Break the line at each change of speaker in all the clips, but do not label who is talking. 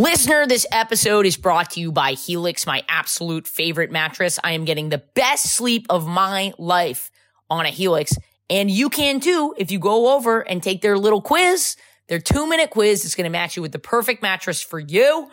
Listener, this episode is brought to you by Helix, my absolute favorite mattress. I am getting the best sleep of my life on a Helix. And you can too if you go over and take their little quiz, their two minute quiz. It's going to match you with the perfect mattress for you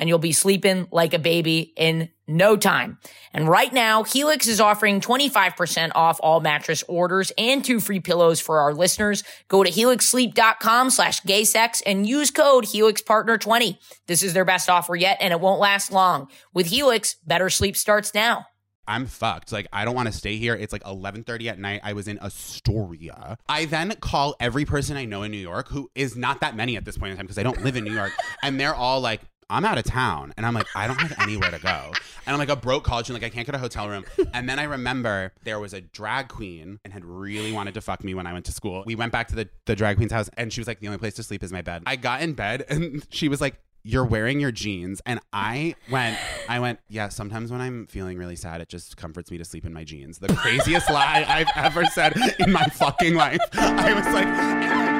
and you'll be sleeping like a baby in no time. And right now, Helix is offering 25% off all mattress orders and two free pillows for our listeners. Go to helixsleep.com slash gaysex and use code HelixPartner20. This is their best offer yet, and it won't last long. With Helix, better sleep starts now.
I'm fucked. Like I don't want to stay here. It's like 11:30 at night. I was in Astoria. I then call every person I know in New York who is not that many at this point in time because I don't live in New York and they're all like I'm out of town and I'm like I don't have anywhere to go. And I'm like a broke college and like I can't get a hotel room. And then I remember there was a drag queen and had really wanted to fuck me when I went to school. We went back to the the drag queen's house and she was like the only place to sleep is my bed. I got in bed and she was like you're wearing your jeans and i went i went yeah sometimes when i'm feeling really sad it just comforts me to sleep in my jeans the craziest lie i've ever said in my fucking life i was like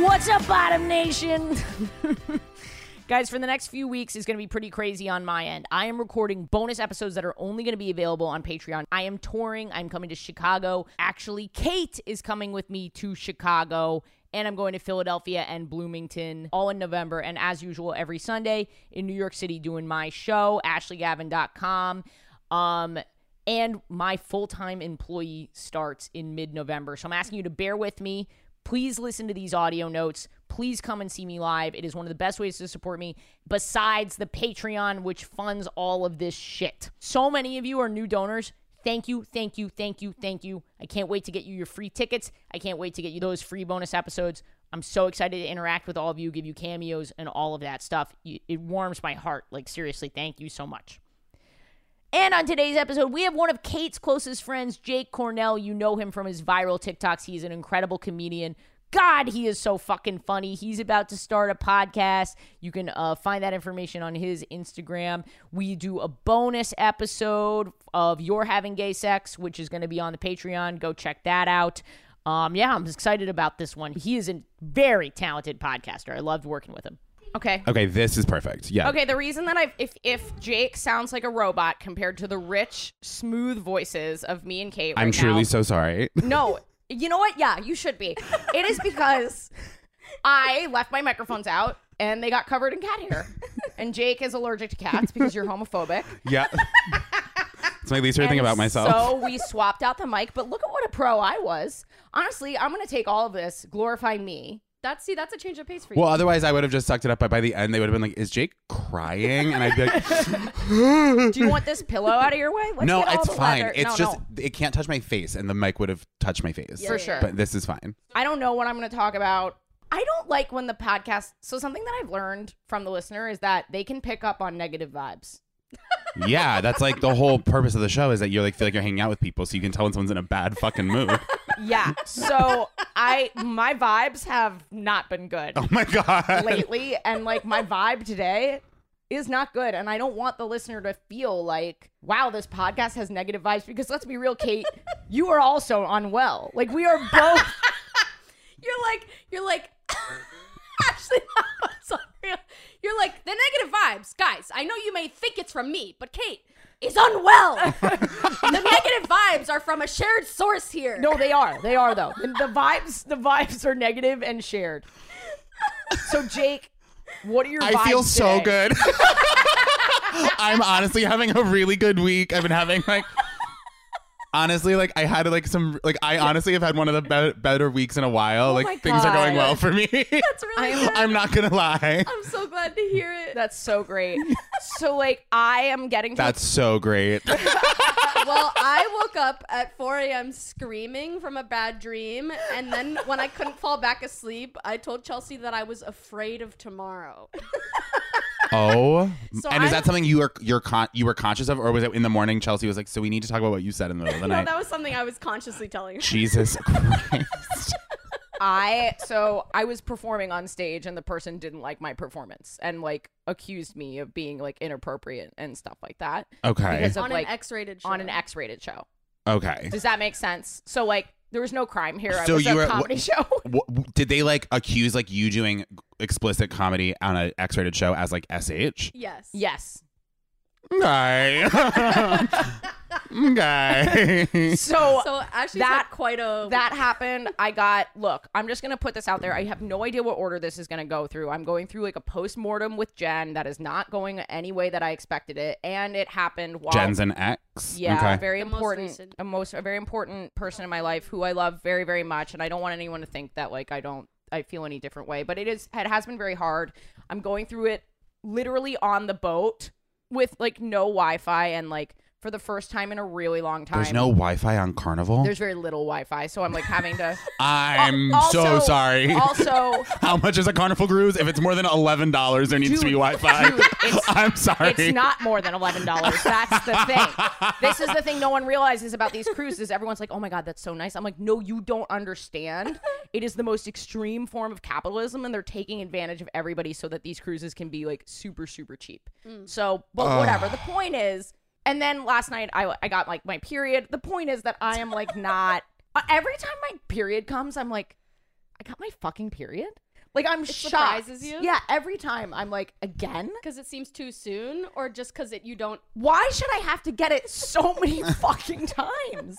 What's up, Bottom Nation? Guys, for the next few weeks is going to be pretty crazy on my end. I am recording bonus episodes that are only going to be available on Patreon. I am touring. I'm coming to Chicago. Actually, Kate is coming with me to Chicago, and I'm going to Philadelphia and Bloomington all in November. And as usual, every Sunday in New York City doing my show, ashleygavin.com. Um, and my full time employee starts in mid November. So I'm asking you to bear with me. Please listen to these audio notes. Please come and see me live. It is one of the best ways to support me, besides the Patreon, which funds all of this shit. So many of you are new donors. Thank you, thank you, thank you, thank you. I can't wait to get you your free tickets. I can't wait to get you those free bonus episodes. I'm so excited to interact with all of you, give you cameos and all of that stuff. You- It warms my heart. Like, seriously, thank you so much. And on today's episode, we have one of Kate's closest friends, Jake Cornell. You know him from his viral TikToks. He's an incredible comedian. God, he is so fucking funny. He's about to start a podcast. You can uh, find that information on his Instagram. We do a bonus episode of You're Having Gay Sex, which is going to be on the Patreon. Go check that out. Um, yeah, I'm excited about this one. He is a very talented podcaster. I loved working with him.
Okay.
okay this is perfect yeah
Okay, the reason that I've if if Jake sounds like a robot compared to the rich, smooth voices of me and Kate.
i'm
right
truly
now-
so sorry
No. You know what? Yeah, you should be. It is because I left my microphones out and they got covered in cat hair. And Jake is allergic to cats because you're homophobic.
yeah it's my least favorite thing
And
about myself
So we swapped out the mic, but look at what a pro I was. Honestly, I'm gonna take all of this, glorify me.
That's see, that's a change of pace for you.
well otherwise i would have just sucked it up but by the end they would have been like is jake crying and i'd be like
Do you want this pillow out of your way? Let's
no
get all
it's
the
fine
leather-
it's
no,
just
no.
it can't touch my face and the mic would have touched my face
For sure.
but this is fine
I don't know what I'm going to talk about. I don't like when the podcast. So something that I've learned from the listener is that they can pick up on negative vibes.
Yeah, that's like the whole purpose of the show is that you're like feel like you're hanging out with people so you can tell when someone's in a bad fucking mood.
Yeah. So I my vibes have not been good
oh my god.
lately and like my vibe today is not good and I don't want the listener to feel like wow this podcast has negative vibes because let's be real Kate, you are also unwell. Like we are both
You're like, you're like, Ashley, I'm sorry. You're like the negative vibes, guys. I know you may think it's from me, but Kate is unwell. the negative vibes are from a shared source here.
No, they are. They are though. The, the vibes, the vibes are negative and shared. So Jake, what are your?
I
vibes
feel so
today?
good. I'm honestly having a really good week. I've been having like honestly like I had like some like I honestly have had one of the be- better weeks in a while. like
my
things are going
God.
well for me.
Oh that's really. good.
I'm not going to lie.
I'm so glad to hear it.
That's so great. So like, I am getting. To
That's so great.
well, I woke up at 4 a.m. screaming from a bad dream, and then when I couldn't fall back asleep, I told Chelsea that I was afraid of tomorrow.
Oh.
So
and is
I'm-
that something you were you're con- you were conscious of or was it in the morning Chelsea was like so we need to talk about what you said in the middle of the
No,
night.
that was something I was consciously telling her.
Jesus Christ.
I so I was performing on stage and the person didn't like my performance and like accused me of being like inappropriate and stuff like that
Okay.
because of
on
like
an X-rated show.
on an X-rated show.
Okay.
Does that make sense? So like there was no crime here. I
So
was
you
a
were-
comedy
wh-
show.
Wh- wh- did they like accuse like you doing explicit comedy on an X-rated show as like SH?
Yes.
yes.
Okay. okay.
So
So Ashley's
That-
that quite a
that happened. I got look. I'm just gonna put this out there. I have no idea what order this is gonna go through. I'm going through like a post mortem with Jen. That is not going any way that I expected it, and it happened while
Jen's an X.
Yeah,
Okay.
a very
The most
important,
recent.
a most a very important person in my life who I love very very much, and I don't want anyone to think that like I don't I feel any different way. But it is it has been very hard. I'm going through it literally on the boat with like no Wi-Fi and like for the first time in a really long time.
There's no Wi-Fi on Carnival.
There's very little Wi-Fi, so I'm like having to.
I'm Mm, so
Also-
sorry.
Also,
How much is a Carnival cruise? If it's more than eleven dollars, there needs to be
Dude,
Wi-Fi.
dude, it's-
I'm sorry.
It's not more than eleven dollars. That's the thing. This is the thing no one realizes about these cruises. Everyone's like, "Oh my god, that's so nice." I'm like, "No, you don't understand. It is the most extreme form of capitalism, and they're taking advantage of everybody so that these cruises can be like super, super cheap." So, but whatever. The point is, and then last night I I got like my period. The point is that I am like not. uh, Every time my period comes, I'm like, I got my fucking period. Like I'm shocked.
surprises you?
Yeah, every time I'm like, again.
because it seems too soon, or just because it you don't.
Why should I have to get it so many fucking times?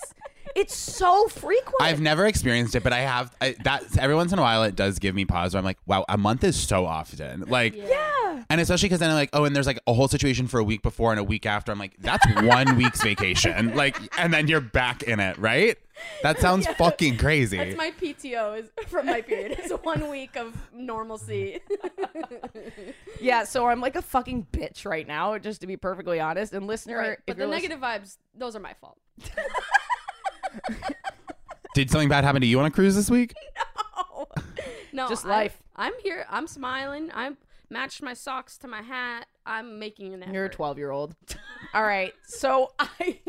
It's so frequent.
I've never experienced it, but I have. I, that every once in a while, it does give me pause. Where I'm like, wow, a month is so often. Like,
yeah.
and especially because then I'm like, oh, and there's like a whole situation for a week before and a week after. I'm like, that's one week's vacation. Like, and then you're back in it, right? That sounds fucking crazy.
That's my PTO is from my period. It's one week of normalcy.
Yeah, so I'm like a fucking bitch right now, just to be perfectly honest. And listener,
Right,
if
but the
you're
negative vibes, those are my fault.
Did something bad happen to you on a cruise this week?
No,
Just
I-
life.
I'm here. I'm smiling. I'm matched my socks to my hat. I'm making an effort.
listening- you're a 12 year old. All right, so I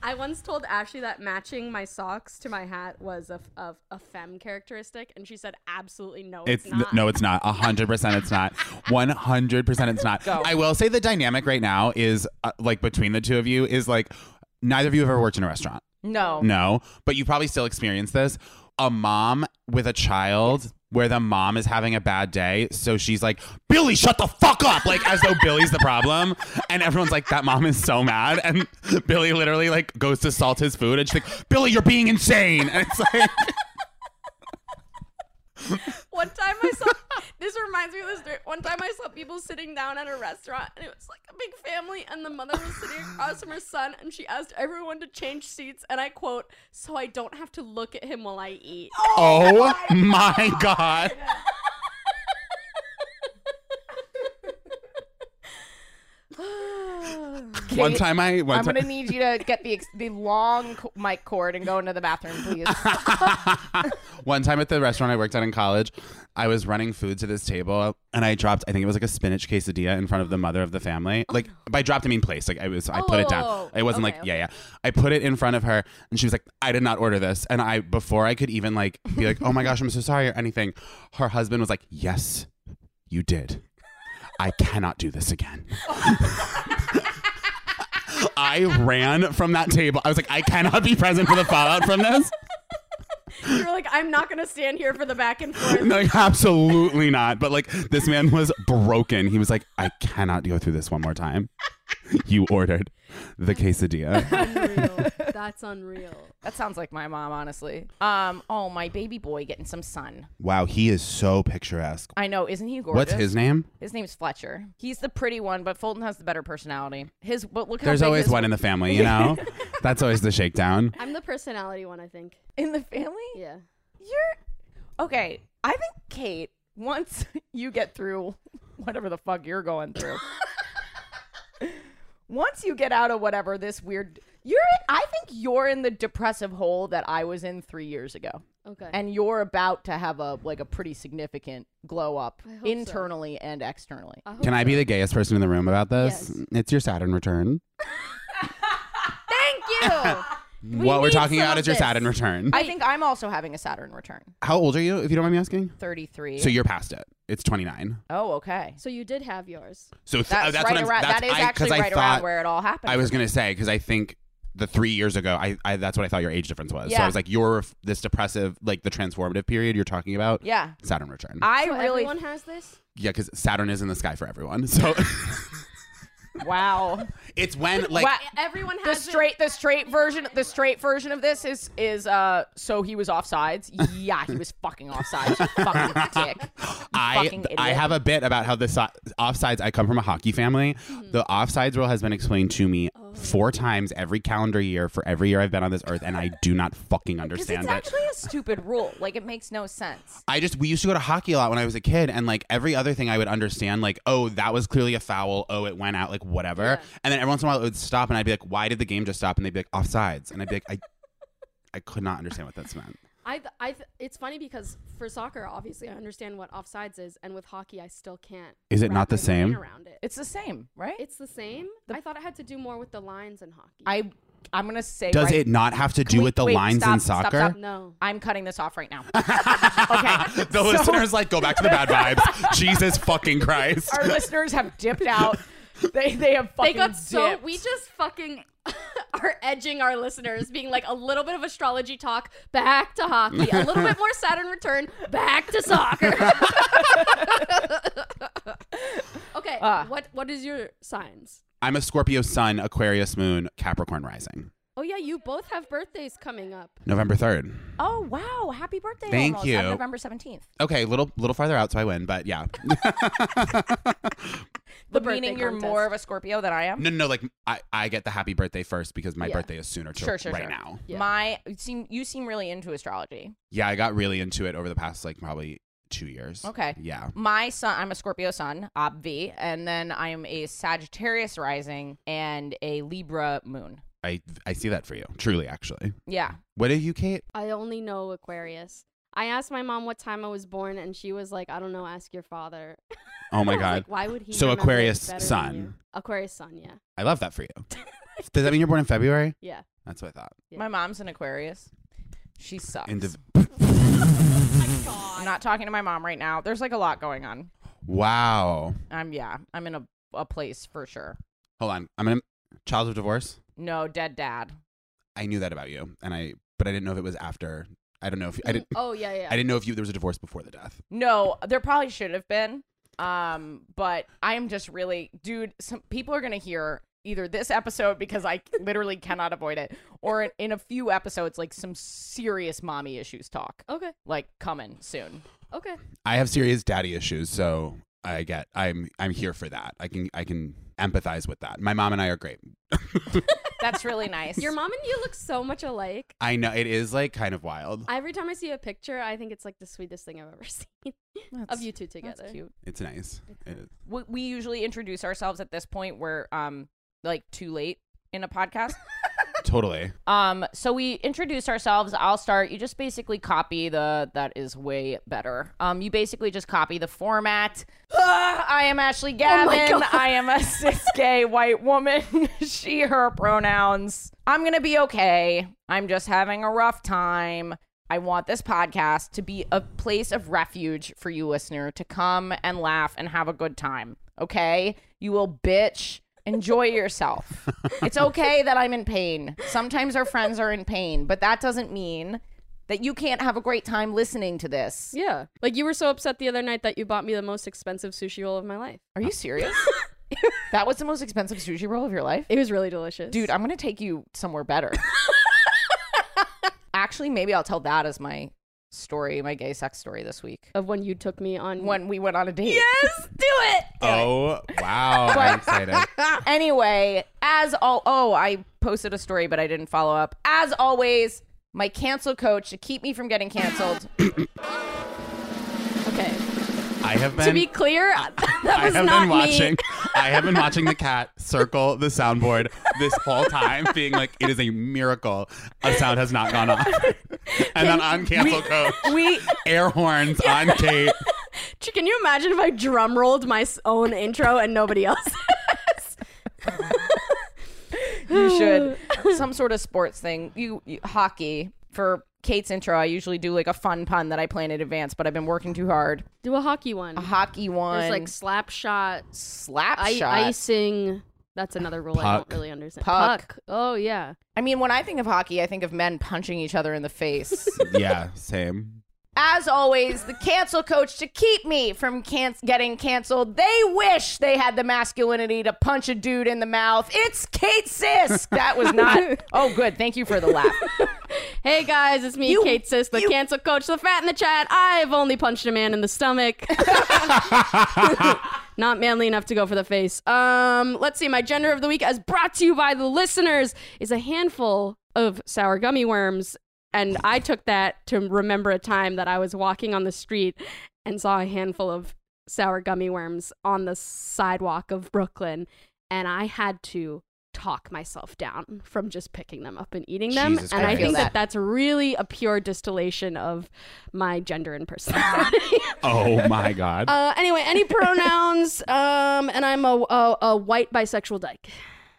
I once told Ashley that matching my socks to my hat was a, f- a, a femme characteristic, and she said absolutely no, it's,
It's
not.
no, it's not. A hundred percent, it's not. One hundred percent, it's not. I will say the dynamic right now is uh, like between the two of you is like neither of you have ever worked in a restaurant.
no.
No, but you probably still experience this. A mom with a child where the mom is having a bad day. So she's like, Billy, shut the fuck up. Like, as though Billy's the problem. And everyone's like, that mom is so mad. And Billy literally like goes to salt his food and she's like, Billy, you're being insane. And it's like,
One time I saw this reminds me of this story. One time I saw people sitting down at a restaurant and it was like a big family and the mother was sitting across from her son and she asked everyone to change seats and I quote, so I don't have to look at him while I eat.
oh my God. One time I one
I'm
time-
gonna need you to get the ex- the long co- mic cord and go into the bathroom, please.
One time at the restaurant I worked at in college, I was running food to this table and I dropped, I think it was like a spinach quesadilla in front of the mother of the family. Like by dropped I mean place. Like I was I put it down.
Oh,
It wasn't
okay,
like yeah, yeah. I put it in front of her and she was like, I did not order this. And I before I could even like be like, Oh my gosh, I'm so sorry or anything, her husband was like, Yes, you did. I cannot do this again. I ran from that table. I was like, I cannot be present for the fallout from this.
You're like, I'm not gonna stand here for the back and forth.
No, absolutely not. But like this man was broken. He was like, I cannot go through this one more time. You ordered the quesadilla.
Unreal. That's unreal.
that sounds like my mom, honestly. Um, oh my baby boy getting some sun.
Wow, he is so picturesque.
I know, isn't he gorgeous?
What's his name?
His name's Fletcher. He's the pretty one, but Fulton has the better personality. His but look how
There's
big
always
his-
one in the family, you know? That's always the shakedown.
I'm the personality one, I think.
in the family.
Yeah.
You're okay. I think Kate. Once you get through whatever the fuck you're going through, once you get out of whatever this weird, you're. I think you're in the depressive hole that I was in three years ago,
Okay.
and you're about to have a like a pretty significant glow up
I hope so.
internally and externally.
hope
Can I be the gayest person in the room about this?
Yes.
It's your Saturn return.
Thank you.
what we're
need
talking
some
about
of
is your
this.
Saturn return.
I think I'm also having a Saturn return.
How old are you, if you don't mind me asking?
33.
So you're past it. It's 29.
oh, okay.
So you did have yours.
So th-
That's,
oh, that's
right
what I'm,
around.
that's,
that is
I- 'cause
actually
I
right
thought-
around where it all happened.
I was gonna say because I think the three years ago, I, I that's what I thought your age difference was. So I
Yeah.
was like, you're f- this depressive, like the transformative period you're talking about.
Yeah.
Saturn return. Yeah, 'cause
I
So
really.
everyone has this.
yeah, because Saturn is in the sky for everyone. So
Wow.
it's when like
Wow.
Everyone
the
has it.
straight the straight version the straight version of this is is uh so he was offsides yeah he was fucking offsides you fucking dick
I
fucking idiot.
I have a bit about how the so- offsides. I come from a hockey family.
Mm-hmm.
The offsides rule has been explained to me
Oh.
four times every calendar year for every year I've been on this earth, and I do not fucking
because
understand
it's
it.
actually a stupid rule like it makes no sense
I just we used to go to hockey a lot when I was a kid, and like every other thing I would understand, like oh that was clearly a foul, oh it went out, like whatever. And then every once in a while it would stop, and I'd be like, why did the game just stop? And they'd be like offsides, and I'd be like, I, I could not understand what that's meant.
I, th- I th- it's funny because for soccer, obviously, I understand what offsides is, and with hockey, I still can't.
Is it
wrap
not the
my brain
same?
Around it,
it's the same right
it's the same. I thought it had to do more with the lines in hockey.
I I'm gonna say
Does
right-
it not have to do
Wait,
with the
wait,
lines in
stop,
soccer?
stop, stop.
no.
I'm cutting this off right now okay
The listeners like go back to the bad vibes. Jesus fucking Christ.
our listeners have dipped out they they have
They
fucking
got so
dipped.
we just fucking are edging our listeners, being like a little bit of astrology talk back to hockey, a little bit more Saturn return back to soccer. okay,
Ah.
what what is your signs?
I'm a Scorpio Sun, Aquarius Moon, Capricorn Rising.
Oh yeah, you both have birthdays coming up.
November third.
oh wow happy birthday
Thank
almost.
you.
on November 17th
Okay, little little farther out, so I win. But yeah,
the
birthday
meaning you're
contest.
more of a Scorpio than I am
No, no, no, like I, I get the happy birthday first because my
Yeah.
birthday is sooner to
Sure, sure,
right
sure.
now.
Yeah.
My you seem you seem really into astrology.
Yeah, I got really into it over the past like probably two years.
Okay.
Yeah.
My son, I'm a Scorpio sun, obvi, and then I am a Sagittarius rising and a Libra moon.
I I see that for you. Truly, actually.
Yeah,
What are you, Kate?
I only know Aquarius. I asked my mom what time I was born, and she was like, "I don't know. Ask your father."
Oh my
I was
god.
like, why would he?
So
remember it
Aquarius
better than
sun.
you?" Aquarius sun. Yeah.
I love that for you. Does that mean you're born in February?
Yeah.
That's what I thought.
Yeah.
my mom's an Aquarius. She sucks.
Indiv-
I'm not talking to my mom right now. There's like a lot going on.
wow.
I'm yeah, I'm in a a place for sure.
Hold on. I'm gonna child of divorce.
No, dead dad.
I knew that about you, and I but I didn't know if it was after. I don't know if I didn't.
Oh yeah, yeah.
I didn't know if you there was a divorce before the death.
No, there probably should have been. Um, but I am just really, dude. Some people are gonna hear either this episode because I literally cannot avoid it, or in, in a few episodes, like some serious mommy issues talk,
Okay.
like coming soon.
Okay.
I have serious daddy issues, so I get I'm I'm here for that. I can I can empathize with that. My mom and I are great.
That's really nice.
Your mom and you look so much alike.
I know it is like kind of wild.
Every time I see a picture, I think it's like the sweetest thing I've ever seen of you two together.
That's cute.
It's nice. It is.
We, we usually introduce ourselves at this point. We're um like too late in a podcast.
Totally.
Um, so we introduce ourselves. I'll start. You just basically copy the. That is way better. Um, you basically just copy the format. Ah, I am Ashley Gavin.
God.
I am a cis gay white woman. she her pronouns. I'm gonna be okay. I'm just having a rough time. I want this podcast to be a place of refuge for you, listener, to come and laugh and have a good time. Okay? You will bitch. Enjoy yourself. it's okay that I'm in pain. Sometimes our friends are in pain, but that doesn't mean that you can't have a great time listening to this.
Yeah. Like you were so upset the other night that you bought me the most expensive sushi roll of my life.
Are you serious? that was the most expensive sushi roll of your life?
It was really delicious.
Dude, I'm going to take you somewhere better. Actually, maybe I'll tell that as my story, my gay sex story this week.
of when you took me on
When we went on a date.
Yes, do it.
Oh wow! I'm excited.
anyway, as all oh, I posted a story but I didn't follow up. As always, my cancel coach to keep me from getting canceled.
Okay.
I have been.
to be clear, that
I
was
have
not
been watching.
me.
I have been watching the cat circle the soundboard this whole time, being like, "It is a miracle a sound has not gone off." And then on cancel coach,
we
air horns on Kate.
Ch- Can you imagine if I drum rolled my s- own intro and nobody else?
you should some sort of sports thing. You, you hockey for Kate's intro. I usually do like a fun pun that I plan in advance, but I've been working too hard.
Do a hockey one.
A hockey one,
There's like slap shot,
slap
I-
shot.
icing. That's another rule I
Puck.
don't really understand.
Puck.
Oh yeah.
I mean, when I think of hockey, I think of men punching each other in the face.
yeah, same.
As always, the cancel coach to keep me from can- getting canceled. They wish they had the masculinity to punch a dude in the mouth. It's Kate Sisk. That was not. Oh, good. Thank you for the laugh.
Hey guys, it's me, Kate Sis, the cancel coach, the fat in the chat. I've only punched a man in the stomach. Not manly enough to go for the face. Um, let's see. My gender of the week, as brought to you by the listeners, is a handful of sour gummy worms, and I took that to remember a time that I was walking on the street and saw a handful of sour gummy worms on the sidewalk of Brooklyn, and I had to talk myself down from just picking them up and eating them.
Jesus
and I
Christ.
think
I feel
that that's really a pure distillation of my gender and personality.
Oh my god.
uh, anyway, any pronouns? Um, and I'm a, a a white bisexual dyke.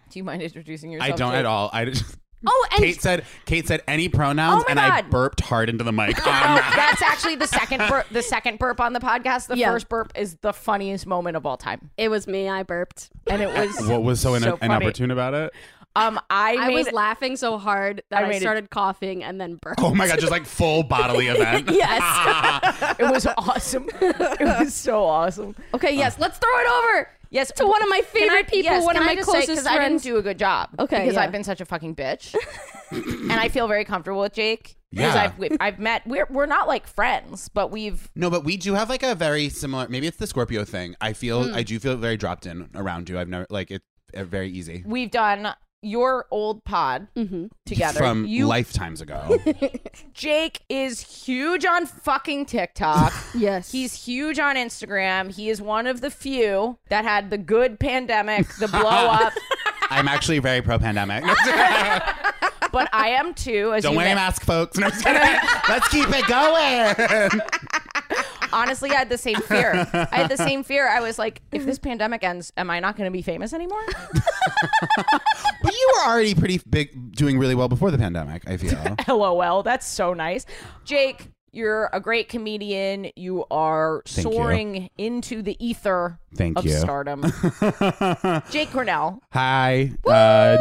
Do you mind introducing yourself?
I don't
Kate?
at all. I just
Oh, and
Kate said Kate said any pronouns
Oh my
and I
God.
burped hard into the mic.
Oh,
Um,
that's actually the second bur- the second burp on the podcast. The
Yeah.
first burp is the funniest moment of all time,
it was me. I burped.
and it was
what was so, in-
so funny.
inopportune about it?
Um, I,
I
made,
was laughing so hard that
I
I,
made it-
started coughing and then burped.
Oh my god, just like full bodily event.
Yes.
It was awesome. it was so awesome.
okay. Yes. Let's throw it over.
Yes,
To one of my
Can
favorite
I-
people,
yes,
one of
can I
my
just
closest
say, 'cause I
friends.
didn't do a good job.
Okay,
because
yeah.
I've been such a fucking bitch, and I feel very comfortable with Jake. because
Yeah.
I've, we've- I've met. We're we're not like friends, but we've.
No, but we do have like a very similar. Maybe it's the Scorpio thing. I feel
Hmm.
I do feel very dropped in around you. I've never like it's uh, very easy
we've done your old pod
Mm-hmm.
together.
from
you,
lifetimes ago.
Jake is huge on fucking TikTok.
Yes.
He's huge on Instagram. He is one of the few that had the good pandemic, the blow up.
I'm actually very pro pandemic.
but I am too. As
Don't
you
wear
may-
a mask, folks. No, I'm just kidding. Let's keep it going.
honestly, I had the same fear. I had the same fear. I was like, if this pandemic ends, am I not going to be famous anymore?
But you were already pretty big, doing really well before the pandemic. I feel.
LOL. That's so nice. Jake, you're a great comedian. You are
Thank you.
soaring into the ether
Thank
of
you.
stardom. Jake Cornell.
Hi. Uh,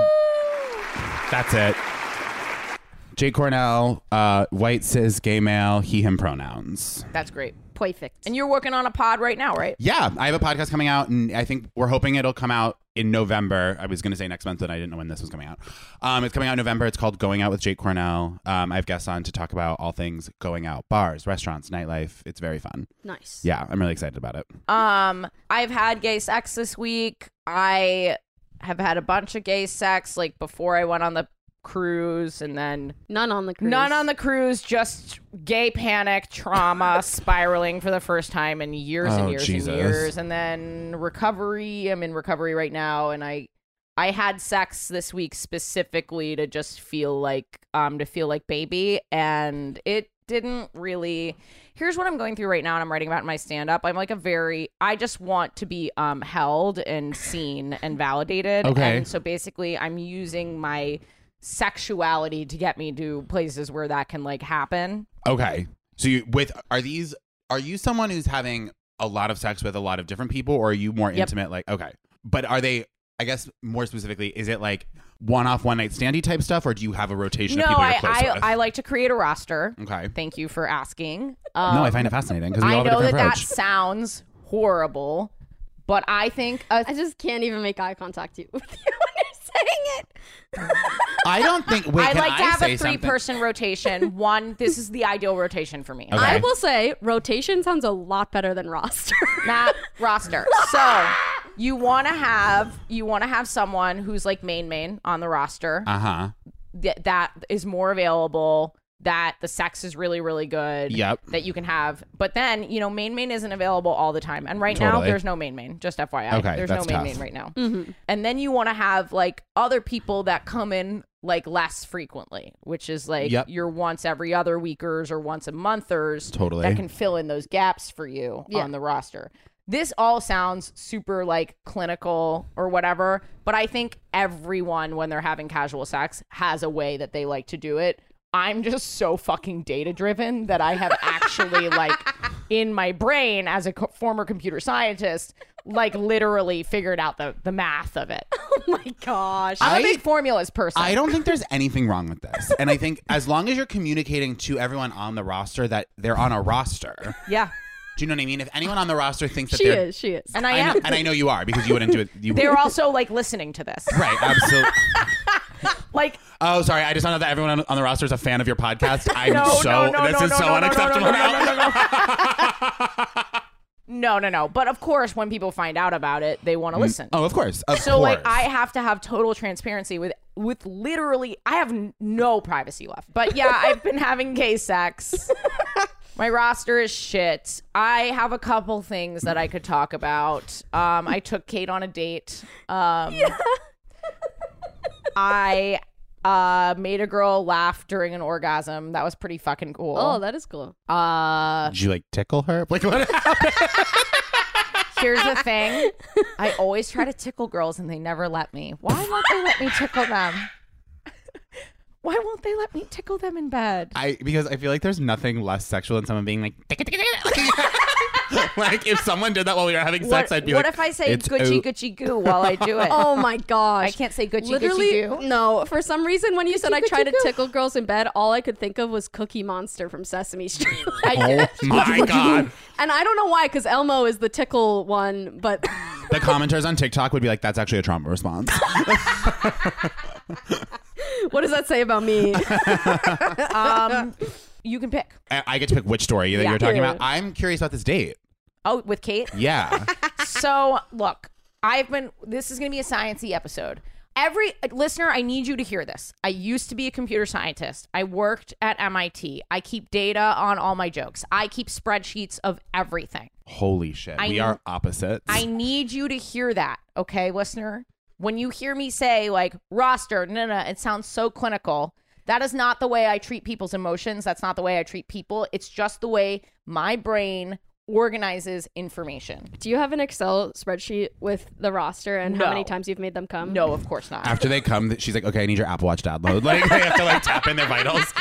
that's it. Jay Cornell, uh, white cis gay male, he him pronouns.
That's great.
perfect.
And you're working on a pod right now, right?
Yeah, I have a podcast coming out, and I think we're hoping it'll come out in November. I was going to say next month, and I didn't know when this was coming out. Um, it's coming out in November. It's called Going Out with Jake Cornell. Um, I have guests on to talk about all things going out, bars, restaurants, nightlife. It's very fun.
nice.
Yeah, I'm really excited about it.
Um, I've had gay sex this week. I have had a bunch of gay sex like before I went on the cruise and then
None on the cruise.
None on the cruise, just gay panic, trauma, spiraling for the first time in years and
Oh,
years
Jesus.
and years. And then recovery. I'm in recovery right now and I I had sex this week specifically to just feel like um to feel like baby and it didn't really here's what I'm going through right now and I'm writing about in my stand up. I'm like a very I just want to be um held and seen and validated.
Okay.
And so basically I'm using my sexuality to get me to places where that can like happen.
Okay. So you with are these are you someone who's having a lot of sex with a lot of different people or are you more
Yep.
intimate like okay. But are they I guess more specifically is it like one off one night standy type stuff or do you have a rotation
No,
of people you're
I
close
I,
with?
I like to create a roster.
okay.
Thank you for asking. Um,
no, I find it fascinating because we
I
all have a
know that
different
that
approach.
sounds horrible, but I think a
I just can't even make eye contact you- with you when you're saying it.
I don't think wait,
I
can
like to have
say
a three
something?
person rotation. One, this is the ideal rotation for me.
Okay.
I will say rotation sounds a lot better than roster.
Not roster. So you want to have you want to have someone who's like main main on the roster
Uh-huh.
th- that is more available. That the sex is really really good.
Yep.
That you can have, but then you know main main isn't available all the time. And right now
Totally.
there's no main main. Just FYI,
Okay,
there's
that's
no main
tough.
main right now. And then you want to have like other people that come in like less frequently, which is like
Yep.
your once every other weekers or once a monthers
Totally.
that can fill in those gaps for you
Yeah.
on the roster. this all sounds super like clinical or whatever, but I think everyone when they're having casual sex has a way that they like to do it. I'm just so fucking data driven that I have actually like in my brain as a co- former computer scientist like literally figured out the the math of it.
Oh my gosh.
I'm a
I-
big formulas person.
I don't think there's anything wrong with this. And I think as long as you're communicating to everyone on the roster that they're on a roster,
yeah.
do you know what I mean? If anyone on the roster thinks that
she
they're.
is. She is.
And I
I
am.
know, and I know you are because you wouldn't do it. You
They're also like listening to this.
Right, absolutely.
Like
Oh, sorry. I just found out that everyone on, on the roster is a fan of your podcast. I'm
No,
so.
no, no,
this
no,
is
no,
so
no, no, no,
unacceptable
no, no,
now.
no, no, no. But of course, when people find out about it, they want to listen.
Oh, of course. Of
so
course.
like I have to have total transparency with with literally I have n- no privacy left. But yeah, I've been having gay sex. My roster is shit. I have a couple things that I could talk about. Um, I took Kate on a date. Um, I uh, made a girl laugh during an orgasm. That was pretty fucking cool.
Oh, that is cool.
Uh,
Did you like tickle her? Like what?
here's the thing I always try to tickle girls and they never let me. Why won't they let me tickle them? Why won't they let me tickle them in bed?
I because I feel like there's nothing less sexual than someone being like. "Ticka, ticka, ticka," like if someone did that while we were having sex, I'd be
what
like,
if I say
"It's
Gucci
o-
Gucci goo while I do it?
Oh my gosh.
I can't say Gucci
Literally,
Gucci goo.
no. For some reason, when you said I
Gucci
tried to
goo.
tickle girls in bed, all I could think of was Cookie Monster from Sesame Street.
Oh
I,
my god!
and I don't know why, because Elmo is the tickle one, but
The commenters on TikTok would be like, "That's actually a trauma response."
what does that say about me?
Um, you can pick.
I, I get to pick which story that
Yeah.
you're talking
Yeah.
about. I'm curious about this date.
Oh, with Kate?
Yeah,
so look, I've been. This is going to be a sciencey episode. Every listener, I need you to hear this. I used to be a computer scientist. I worked at MIT. I keep data on all my jokes. I keep spreadsheets of everything.
holy shit,
I-
we are opposites.
I need you to hear that, okay, listener? When you hear me say like roster, no, no, it sounds so clinical. That is not the way I treat people's emotions. That's not the way I treat people. It's just the way my brain organizes information.
Do you have an Excel spreadsheet with the roster and
No.
how many times you've made them come?
No, of course not.
After they come, she's like, "Okay, I need your Apple Watch download." Like they have to like tap in their vitals.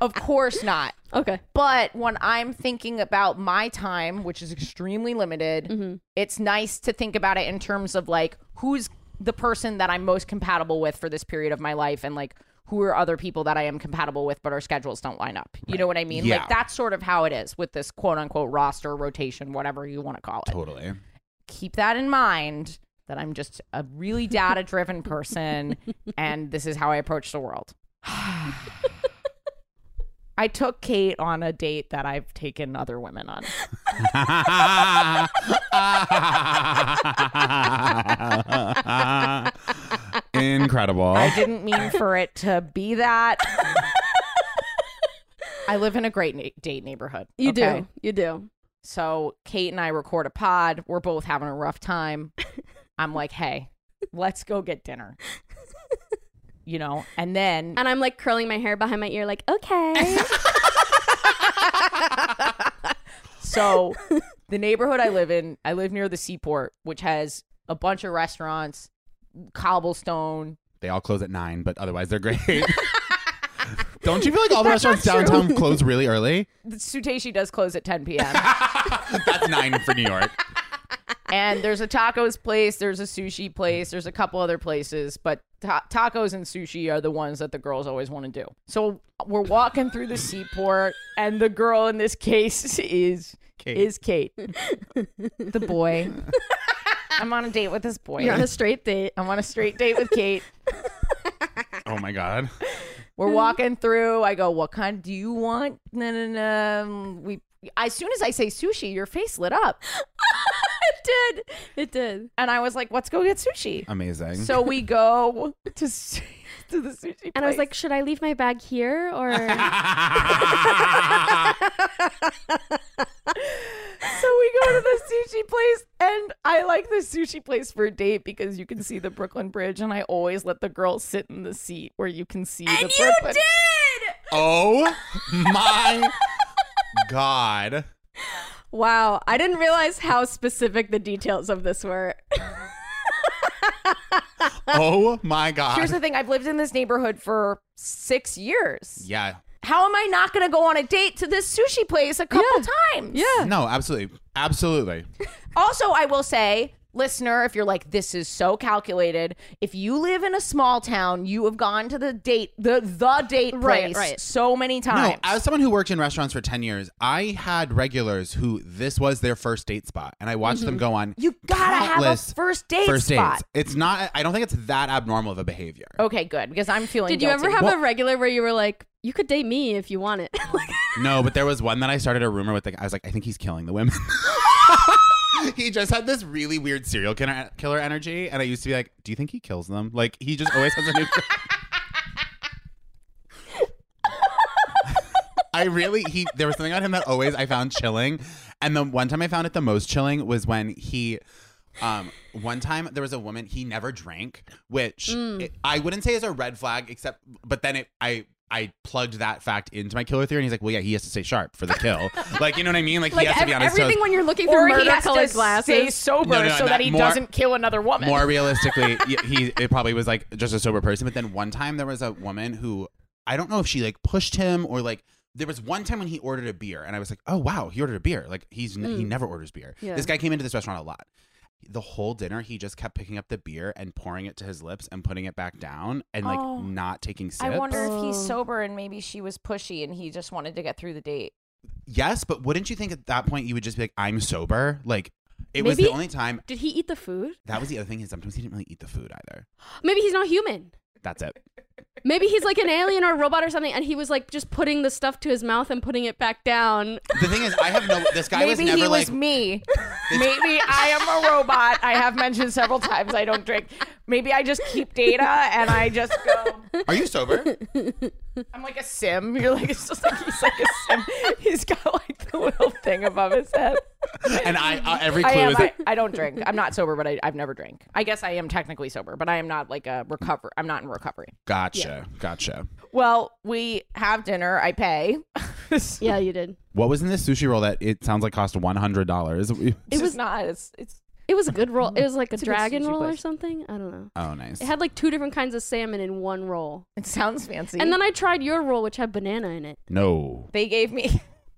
of course not.
Okay.
But when I'm thinking about my time, which is extremely limited, it's nice to think about it in terms of like who's the person that I'm most compatible with for this period of my life and like who are other people that I am compatible with but our schedules don't line up. You know what I mean?
Yeah.
Like that's sort of how it is with this quote unquote roster rotation, whatever you want to call it.
totally.
Keep that in mind that I'm just a really data driven person and this is how I approach the world. I took Kate on a date that I've taken other women on.
Incredible.
I didn't mean for it to be that. I live in a great na- date neighborhood.
You
okay?
do. You do.
So Kate and I record a pod. We're both having a rough time. I'm like, hey, let's go get dinner. You know, and then
And I'm like curling my hair behind my ear, like, okay.
so the neighborhood I live in, I live near the seaport, which has a bunch of restaurants, cobblestone.
They all close at nine, but otherwise they're great. Don't you feel like all the restaurants downtown close really early?
The Suteshi does close at 10 p.m.
That's nine for New York.
and there's a tacos place, there's a sushi place, there's a couple other places, but ta- tacos and sushi are the ones that the girls always want to do. So we're walking through the seaport, and the girl in this case is
Kate.
is Kate, the boy. I'm on a date with this boy.
You're on a straight date.
I'm on a straight date with Kate.
Oh my god.
Mm-hmm.
We're walking through. I go, "What kind do you want?" No, no, no. We. As soon as I say sushi, your face lit up,
it did. It did.
and I was like, "Let's go get sushi."
Amazing.
So we go to s- to the sushi,
And I was
place.
like, should I leave my bag here or
so we go to the sushi place, and I like the sushi place for a date because you can see the Brooklyn Bridge, and I always let the girls sit in the seat where you can see the Brooklyn.
oh my god.
Wow, I didn't realize how specific the details of this were.
oh my god.
Here's the thing I've lived in this neighborhood for six years.
yeah.
How am I not going to go on a date to this sushi place a couple times?
Yeah.
No, absolutely. Absolutely.
Also, I will say, listener, if you're like, this is so calculated, if you live in a small town, you have gone to the date, the the date
Right,
place
right.
so many times.
No, as someone who worked in restaurants for 10 years, I had regulars who this was their first date spot. And I watched them go on.
Mm-hmm. You gotta have a
countless
first date
first
spot. Oh.
dates. It's not, I don't think it's that abnormal of a behavior.
okay, good, because I'm feeling
Did you ever
guilty.
have a regular where you were like, you could date me if you want it? Like,
No, but there was one that I started a rumor with. Like, I was like, I think he's killing the women. he just had this really weird serial killer, killer energy. And I used to be like, Do you think he kills them? Like, he just always has a new. I really he there was something on him that always I found chilling, and the one time I found it the most chilling was when he, um, one time there was a woman he never drank, which
Mm.
it- I wouldn't say is a red flag, except but then it I I plugged that fact into my killer theory, and he's like, well, yeah, he has to stay sharp for the kill, like you know what I mean, like,
like
he has to be
ev-
on his
everything
toes.
when you're looking
or
through
he has
murder-colored
to stay
glasses.
sober
No, no,
so
not-
that he
more-
doesn't kill another woman.
More realistically, y- he it probably was like just a sober person. But then one time there was a woman who I don't know if she like pushed him or like there was one time when he ordered a beer and I was like, oh wow, he ordered a beer. Like he's n-
Mm.
he never orders beer.
Yeah.
This guy came into this restaurant a lot. The whole dinner, he just kept picking up the beer and pouring it to his lips and putting it back down and like
Oh.
not taking sips.
I wonder if he's
Oh.
sober and maybe she was pushy and he just wanted to get through the date.
yes, but wouldn't you think at that point you would just be like, I'm sober? Like it was the
Maybe-
only time.
Did he eat the food?
That was the other thing. Is sometimes he didn't really eat the food either.
Maybe he's not human.
That's it.
Maybe he's like an alien or a robot or something, and he was like just putting the stuff to his mouth and putting it back down.
The thing is, I have no. This guy was
Maybe
never
he
like.
was me. Maybe I am a robot. I have mentioned several times I don't drink. Maybe I just keep data and I just go.
Are you sober?
I'm like a sim. You're like it's just like he's like a sim. He's got like the little thing above his head.
and I uh, every
I
clue
am.
is
I, I don't drink. I'm not sober, but I, I've never drank. I guess I am technically sober, but I am not like a recover. I'm not in recovery.
gotcha, gotcha.
Well, we have dinner. I pay. This
Yeah, you did.
What was in this sushi roll that it sounds like cost one hundred dollars?
it was not. It's it's.
It was a good roll. It was like a
a good
dragon
sushi
roll or
place.
something. I don't know.
Oh, nice.
It had like two different kinds of salmon in one roll.
It sounds fancy.
And then I tried your roll, which had banana in it.
No,
they gave me.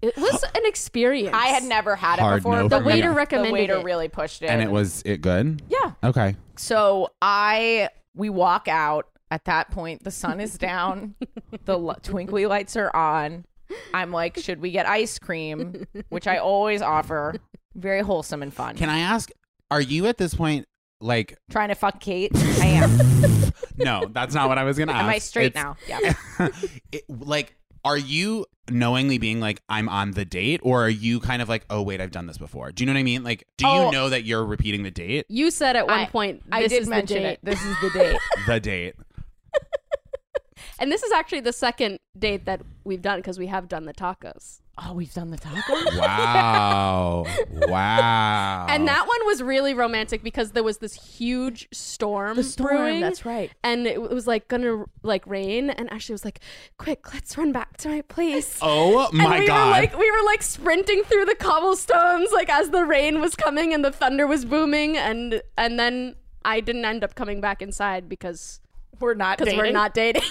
It was an experience.
I had never had it
Hard
before.
no
the
for me.
waiter.
Waiter
The
The
recommended
waiter
it.
really pushed it.
and it was it good?
Yeah.
Okay.
So I we walk out. At that point, the sun is down. the l- twinkly lights are on. I'm like, should we get ice cream? Which I always offer. Very wholesome and fun.
Can I ask? Are you at this point like?
Trying to fuck Kate? I am.
No, that's not what I was gonna ask.
Am I straight
It's-
now? Yeah.
it, like, are you knowingly being like, I'm on the date, or are you kind of like, oh wait, I've done this before? Do you know what I mean? Like, do you
Oh.
know that you're repeating the date?
You said at one
I-
point, this
I did
is
mention
the date.
it. This is the date.
The date.
And this is actually the second date that we've done because we have done the tacos.
Oh, we've done the taco.
Wow. wow.
And that one was really romantic because there was this huge storm, brewing.
That's right.
And it was like gonna like rain, and Ashley was like, "Quick, let's run back to my place."
Oh my
and we
god.
were like we were like sprinting through the cobblestones like as the rain was coming and the thunder was booming and and then I didn't end up coming back inside because
We're not
because
dating.
we're not dating.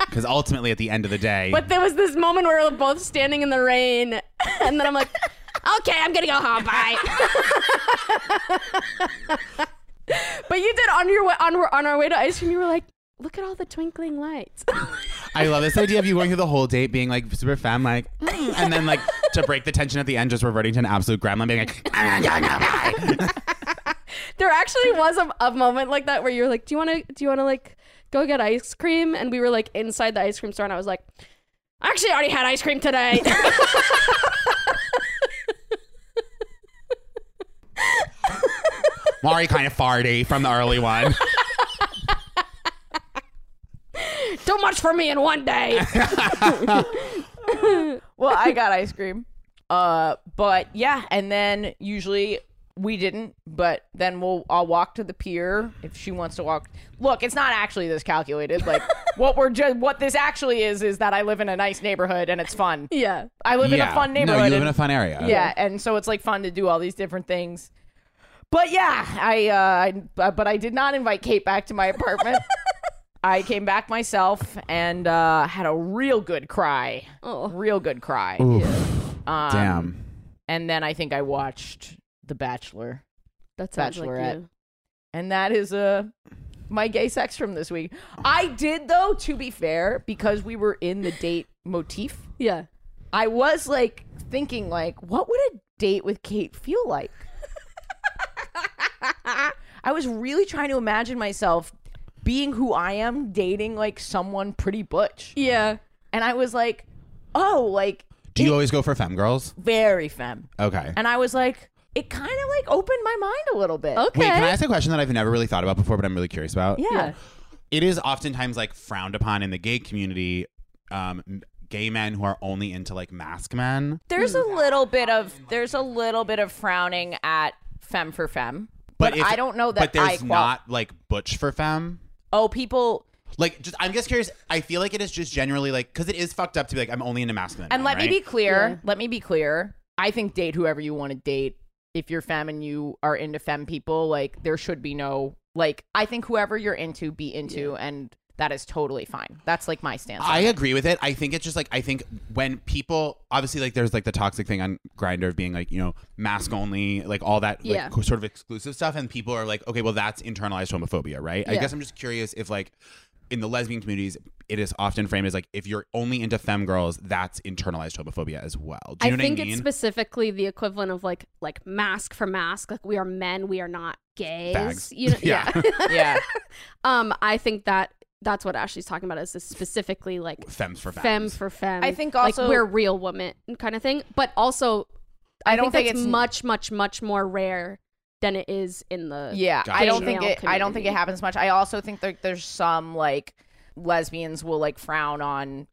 Because ultimately, at the end of the day,
but there was this moment where we were both standing in the rain and then I'm like, "Okay, I'm going to go home. Bye." but you did on your way on on our way to ice cream you were like, "Look at all the twinkling lights."
I love this idea of you going through the whole date being like super femme, like, "Mm," and then like to break the tension at the end, just reverting to an absolute gremlin, being like,
there actually was a, a moment like that where you were like, "Do you want to? Do you want to like go get ice cream?" And we were like inside the ice cream store, and I was like, "I actually already had ice cream today."
Mari kind of farty from the early one.
Too much for me in one day.
Well, I got ice cream. Uh, but yeah, and then usually We didn't, but then we'll I'll walk to the pier if she wants to walk. Look, it's not actually this calculated. Like what we're just what this actually is is that I live in a nice neighborhood and it's fun.
Yeah.
I live in a fun neighborhood.
No, you live in
and-
a fun area.
yeah, and so it's like fun to do all these different things. But yeah, I, uh, I but I did not invite Kate back to my apartment. I came back myself and uh, had a real good cry,
Oh.
real good cry.
Oof,
Um,
Damn.
And then I think I watched The Bachelor,
That
sounds
sounds
like
like
Bachelorette. you. and that is uh, my gay sex from this week. I did though, to be fair, because we were in the date motif.
Yeah.
I was like thinking like what would a date with Kate feel like? I was really trying to imagine myself being who I am dating like someone pretty butch.
Yeah.
And I was like, "Oh, like
Do you always go for fem girls?
very femme."
Okay.
And I was like, it kind of like opened my mind a little bit.
Okay.
Wait, can I ask a question that I've never really thought about before, but I'm really curious about?
Yeah.
Yeah.
It is oftentimes like frowned upon in the gay community, um, m- gay men who are only into like mask men.
There's a little bit of there's a little bit of frowning at femme for femme. But,
if-
I don't know that
But
I
there's
qual-
not like butch for femme.
Oh, people
Like, just I'm just curious. I feel like it is just generally like because it is fucked up to be like I'm only into mask men.
And
now,
let
right?
me be clear. Let me be clear. I think date whoever you want to date. If you're femme and you are into femme people, like there should be no like. I think whoever you're into, be into, and that is totally fine. That's like my stance.
I agree with it. I think it's just like I think when people obviously like there's like the toxic thing on Grinder of being like you know mask only like all that like
Yeah.
co- sort of exclusive stuff and people are like okay well that's internalized homophobia right I
Yeah.
guess I'm just curious if like in the lesbian communities it is often framed as like if you're only into femme girls that's internalized homophobia as well do you
I
know
think
what I mean
it's specifically the equivalent of like like mask for mask. Like we are men, we are not gays.
Fags.
You know, yeah.
Yeah.
yeah,
um, I think that that's what Ashley's talking about is this specifically like
femmes for femmes
femme for femme.
I think also-
like we're real women kind of thing. But also, I,
I don't think
that's
it's-
much, much, much more rare than it is in the
yeah. I don't think it.
Gotcha.
I don't think it happens much. I also think that there's some like lesbians will like frown on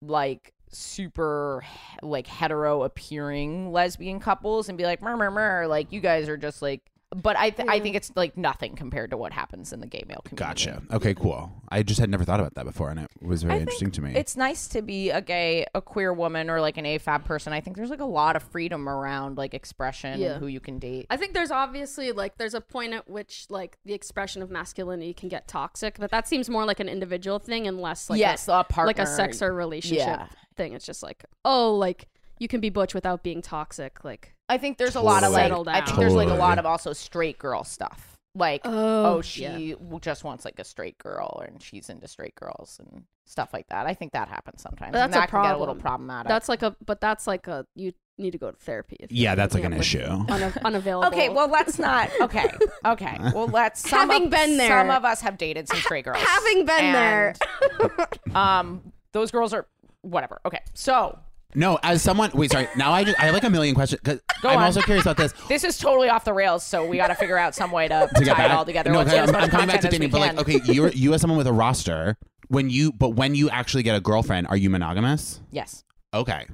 like super like hetero appearing lesbian couples and be like mer mer mer like you guys are just like but I th- I think it's like nothing compared to what happens in the gay male community.
gotcha okay cool I just had never thought about that before and it was very
I think
interesting to me
It's nice to be a gay, a queer woman, or like an AFAB person. I think there's like a lot of freedom around like expression
Yeah.
and who you can date.
I think there's obviously like there's a point at which like the expression of masculinity can get toxic, but that seems more like an individual thing and less like
yes,
a,
a partner,
like a sex or relationship
Yeah.
thing. It's just like oh, like you can be butch without being toxic. Like
I think there's a lot of like.
Settle
I
down.
think there's like a lot
Totally.
of also straight girl stuff. Like
Oh,
oh, she
yeah.
w- just wants like a straight girl, and she's into straight girls and stuff like that. I think that happens sometimes.
That's
and
a
that can get a little
problem.
problematic.
that's like a but that's like a you need to go to therapy. If
yeah that's like
Yeah,
an
like-
issue
you're una- unavailable.
okay. Well, let's not. Okay, okay. Well, let's. Some
Having
of,
been there-
some of us have dated some straight girls.
having been there,
there, um, those girls are whatever. Okay, so
no as someone wait sorry now I just I have like a million questions 'cause I'm
on.
also curious about this
this is totally off the rails. So we got to figure out some way to,
to get
tie
back.
it all together.
No,
Let's
okay,
get as
I'm,
much
I'm coming back to
content as we
dating, but like,
can.
okay, you you as someone with a roster, when you but when you actually get a girlfriend, are you monogamous?
Yes,
Okay,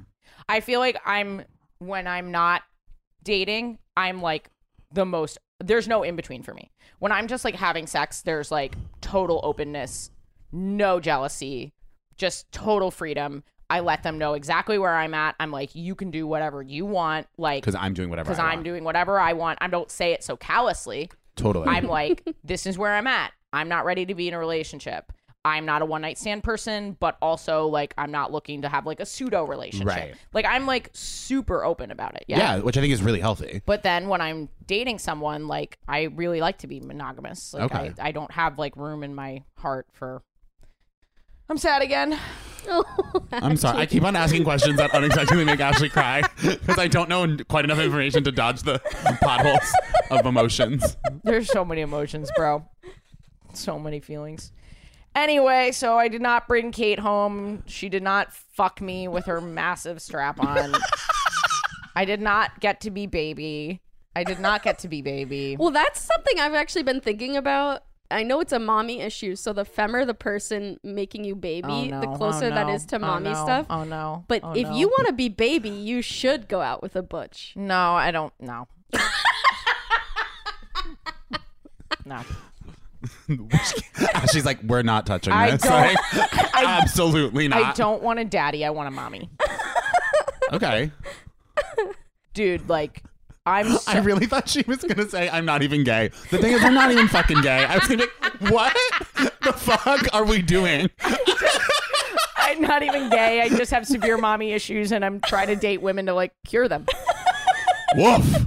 I feel like I'm when I'm not dating, I'm like the most. There's no in between for me. When I'm just like having sex, there's like total openness, no jealousy, just total freedom. I let them know exactly where I'm at. I'm like, you can do whatever you want, like
because I'm doing whatever.
because
I
I'm
want.
doing whatever I want. I don't say it so callously.
totally.
I'm like, this is where I'm at. I'm not ready to be in a relationship. I'm not a one night stand person, but also like I'm not looking to have like a pseudo relationship.
Right.
Like I'm like super open about it. Yeah.
yeah. which I think is really healthy.
But then when I'm dating someone, like I really like to be monogamous. Like
Okay.
I, I don't have like room in my heart for I'm sad again.
I'm sorry, I keep on asking questions that unexpectedly make Ashley cry because I don't know quite enough information to dodge the potholes of emotions.
There's so many emotions, bro. So many feelings. Anyway, so I did not bring Kate home. She did not fuck me with her massive strap on. I did not get to be baby. I did not get to be baby.
Well, that's something I've actually been thinking about. I know it's a mommy issue, so the femmer, the person making you baby,
Oh, no.
the
Oh,
closer that
no.
is
Oh,
to mommy
no.
stuff.
Oh no.
But
Oh,
if
no.
you want to be baby, you should go out with a butch.
No, I don't know.
No.
She's like, we're not touching
I
this.
don't-
Like, absolutely not.
I don't want a daddy. I want a mommy.
Okay.
Dude, like, I'm. So-
I really thought she was gonna say, "I'm not even gay." The thing is, I'm not even fucking gay. I was gonna be like, "What the fuck are we doing?"
I'm not even gay. I just have severe mommy issues, and I'm trying to date women to like cure them.
Woof.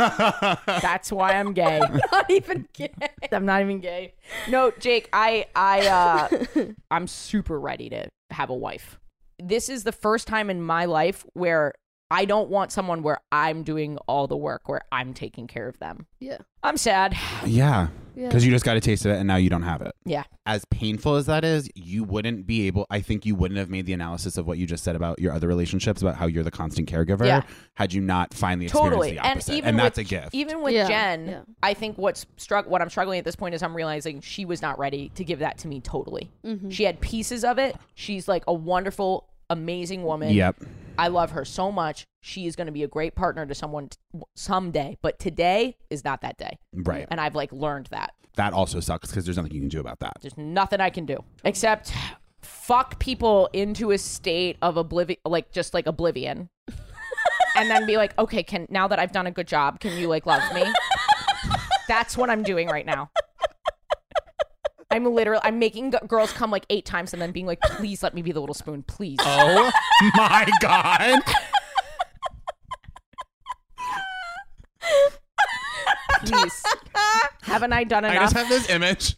That's why I'm gay.
Not even gay.
I'm not even gay. No, Jake, I I uh I'm super ready to have a wife. This is the first time in my life where I don't want someone where I'm doing all the work, where I'm taking care of them.
Yeah.
I'm sad.
Yeah,
Yeah.
because you just got a taste of it, and now you don't have it.
Yeah.
As painful as that is, you wouldn't be able. I think you wouldn't have made the analysis of what you just said about your other relationships, about how you're the constant caregiver,
Yeah.
had you not finally experienced
Totally.
the
And
opposite. And,
even
that's
with,
a gift.
Even with
Yeah.
Jen,
Yeah.
I think what's struck what I'm struggling at this point is I'm realizing she was not ready to give that to me totally.
Mm-hmm.
She had pieces of it. She's like a wonderful, amazing woman.
yep.
I love her so much. She is going to be a great partner to someone t- w- someday, but today is not that day.
Right.
And I've like learned that.
That also sucks because there's nothing you can do about that.
There's nothing I can do except fuck people into a state of oblivion, like just like oblivion. and then be like, "Okay, can now that I've done a good job, can you like love me?" That's what I'm doing right now. I'm literally I'm making g- girls come like 8 times and then being like, "Please let me be the little spoon, please."
Oh my god.
Please. Haven't I done
I
enough?
just have this image.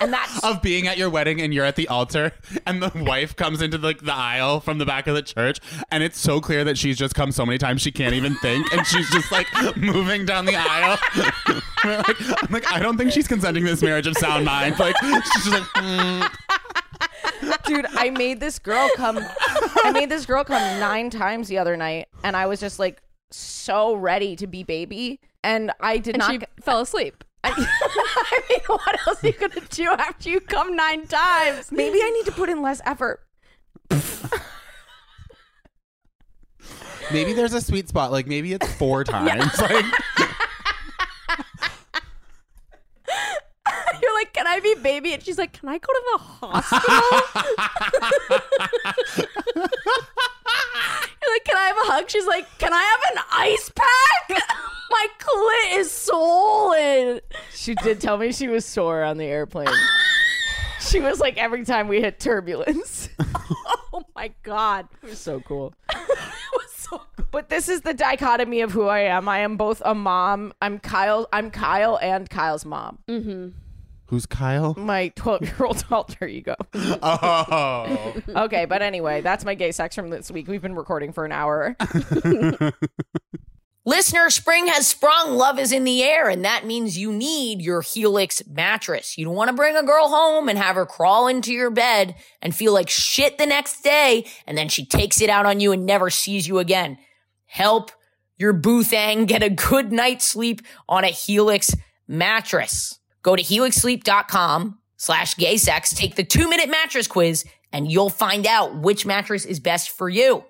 and that's
of being at your wedding and you're at the altar and the wife comes into the, the aisle from the back of the church and it's so clear that she's just come so many times she can't even think and she's just like moving down the aisle We're like, I'm like i don't think she's consenting to this marriage of sound mind like she's just like mm.
dude i made this girl come i made this girl come nine times the other night and i was just like so ready to be baby and i did
And
not
she
get-
fell asleep.
I mean, what else are you gonna do after you come nine times maybe i need to put in less effort
maybe there's a sweet spot like maybe it's four times like
You're like, can I be baby? And she's like, can I go to the hospital? You're like, can I have a hug? She's like, can I have an ice pack? My clit is swollen.
she did tell me she was sore on the airplane she was like every time we hit turbulence
Oh my god,
it was so cool
it was so.
But this is the dichotomy of who I am. I am both a mom. I'm Kyle. I'm Kyle and Kyle's mom.
who's kyle
My 12 year old alter ego.
oh
Okay, but anyway, that's my gay sex from this week. We've been recording for an hour.
Listener, spring has sprung. Love is in the air, and that means you need your Helix mattress. You don't want to bring a girl home and have her crawl into your bed and feel like shit the next day, and then she takes it out on you and never sees you again. Help your boo thang get a good night's sleep on a Helix mattress. Go to helixsleep.com slash gay sex, take the two minute mattress quiz, and you'll find out which mattress is best for you.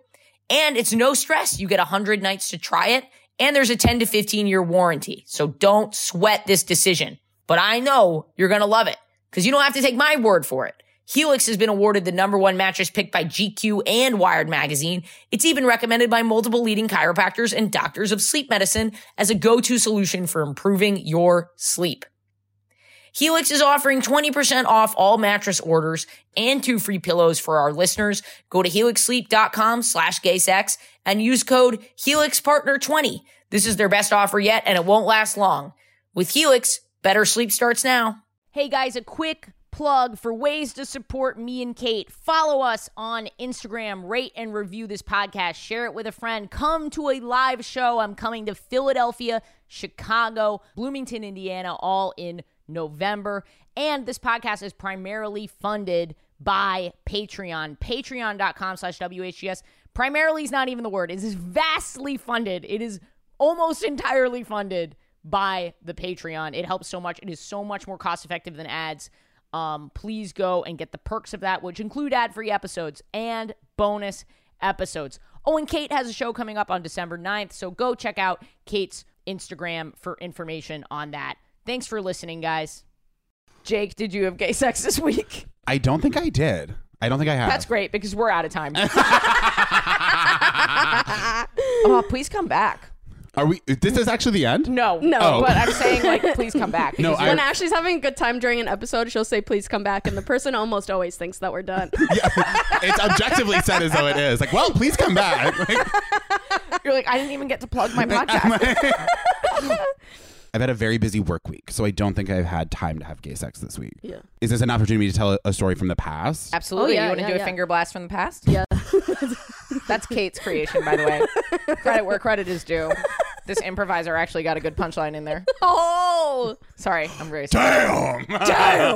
And it's no stress. You get 100 nights to try it, and there's a 10 to 15 year warranty. So don't sweat this decision. But I know you're going to love it because you don't have to take my word for it. Helix has been awarded the number one mattress picked by GQ and Wired Magazine. It's even recommended by multiple leading chiropractors and doctors of sleep medicine as a go to solution for improving your sleep. Helix is offering 20% off all mattress orders and two free pillows for our listeners. Go to helixsleep.com slash gaysex and use code HelixPartner20. This is their best offer yet and it won't last long. With Helix, better sleep starts now.
Hey guys, a quick plug for ways to support me and Kate. Follow us on Instagram, rate and review this podcast, share it with a friend, come to a live show. I'm coming to Philadelphia, Chicago, Bloomington, Indiana, all in November. And this podcast is primarily funded by Patreon, patreon.com slash WHGS. Primarily is not even the word. It is vastly funded. It is almost entirely funded by the Patreon. It helps so much. It is so much more cost effective than ads. Um, please go and get the perks of that, which include ad free episodes and bonus episodes. Oh, and Kate has a show coming up on December 9th, so go check out Kate's Instagram for information on that. Thanks for listening, guys.
Jake, did you have gay sex this week?
I don't think I did. I don't think I have.
That's great because we're out of time. oh, please come back.
Are we? This is actually the end.
No,
No.
Oh.
But I'm saying like, please come back.
No,
because
I-
when Ashley's having a good time during an episode, she'll say, "Please come back," and the person almost always thinks that we're done.
It's objectively said as though it is. Like, well, please come back.
you're like, I didn't even get to plug my
Oh,
podcast.
I've had a very busy work week, so I don't think I've had time to have gay sex this week.
Yeah.
Is this an opportunity to tell a- a story from the past?
Absolutely.
Oh, yeah,
you want to
yeah,
do a
yeah.
finger blast from the past?
Yeah.
That's Kate's creation, by the way. credit where credit is due. This improviser actually got a good punchline in there.
oh,
Sorry, I'm very sorry.
Damn.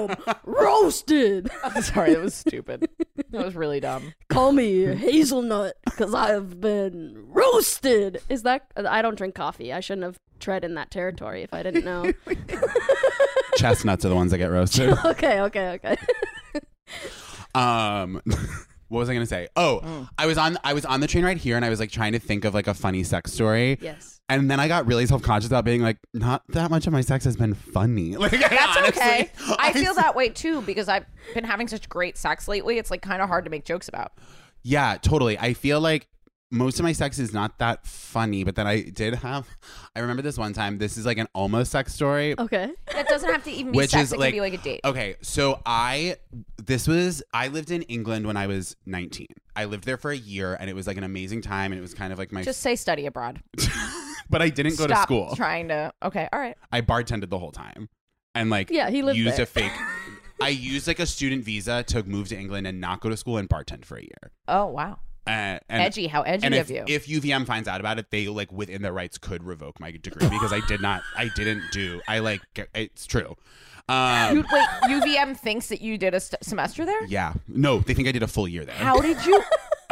damn, roasted.
sorry, that was stupid. That was really dumb.
Call me hazelnut because I have been roasted. Is that? I don't drink coffee. I shouldn't have tread in that territory if I didn't know.
Chestnuts are the ones that get roasted.
okay, okay, okay.
Um, what was I gonna say? Oh, I was on I was on the train right here, and I was like trying to think of like a funny sex story.
Yes.
And then I got really self conscious about being like, not that much of my sex has been funny. Like, that's
Okay. I feel that way too because I've been having such great sex lately. It's like kind of hard to make jokes about.
Yeah, totally. I feel like most of my sex is not that funny, but then I did have. I remember this one time. This is like an almost sex story,
Okay.
That doesn't have to even be
which
Oh, sex.
is
it
like,
can be like a date.
Okay, so I this was I lived in England when I was 19. I lived there for a year, and it was like an amazing time, and it was kind of like my.
Just say study abroad.
but I didn't go
Stop
to school.
trying to. Okay, all right.
I bartended the whole time, and like
Yeah, he lived
used
there.
a fake. I used like a student visa to move to England and not go to school and bartend for a year.
Oh wow,
Uh, and,
edgy. How edgy
and
of
if,
you.
if UVM finds out about it, they like within their rights could revoke my degree because I did not, I didn't do, I like, it's true.
You-
Um,
wait, UVM thinks that you did a st- semester there.
yeah, no, they think I did a full year there.
How did you?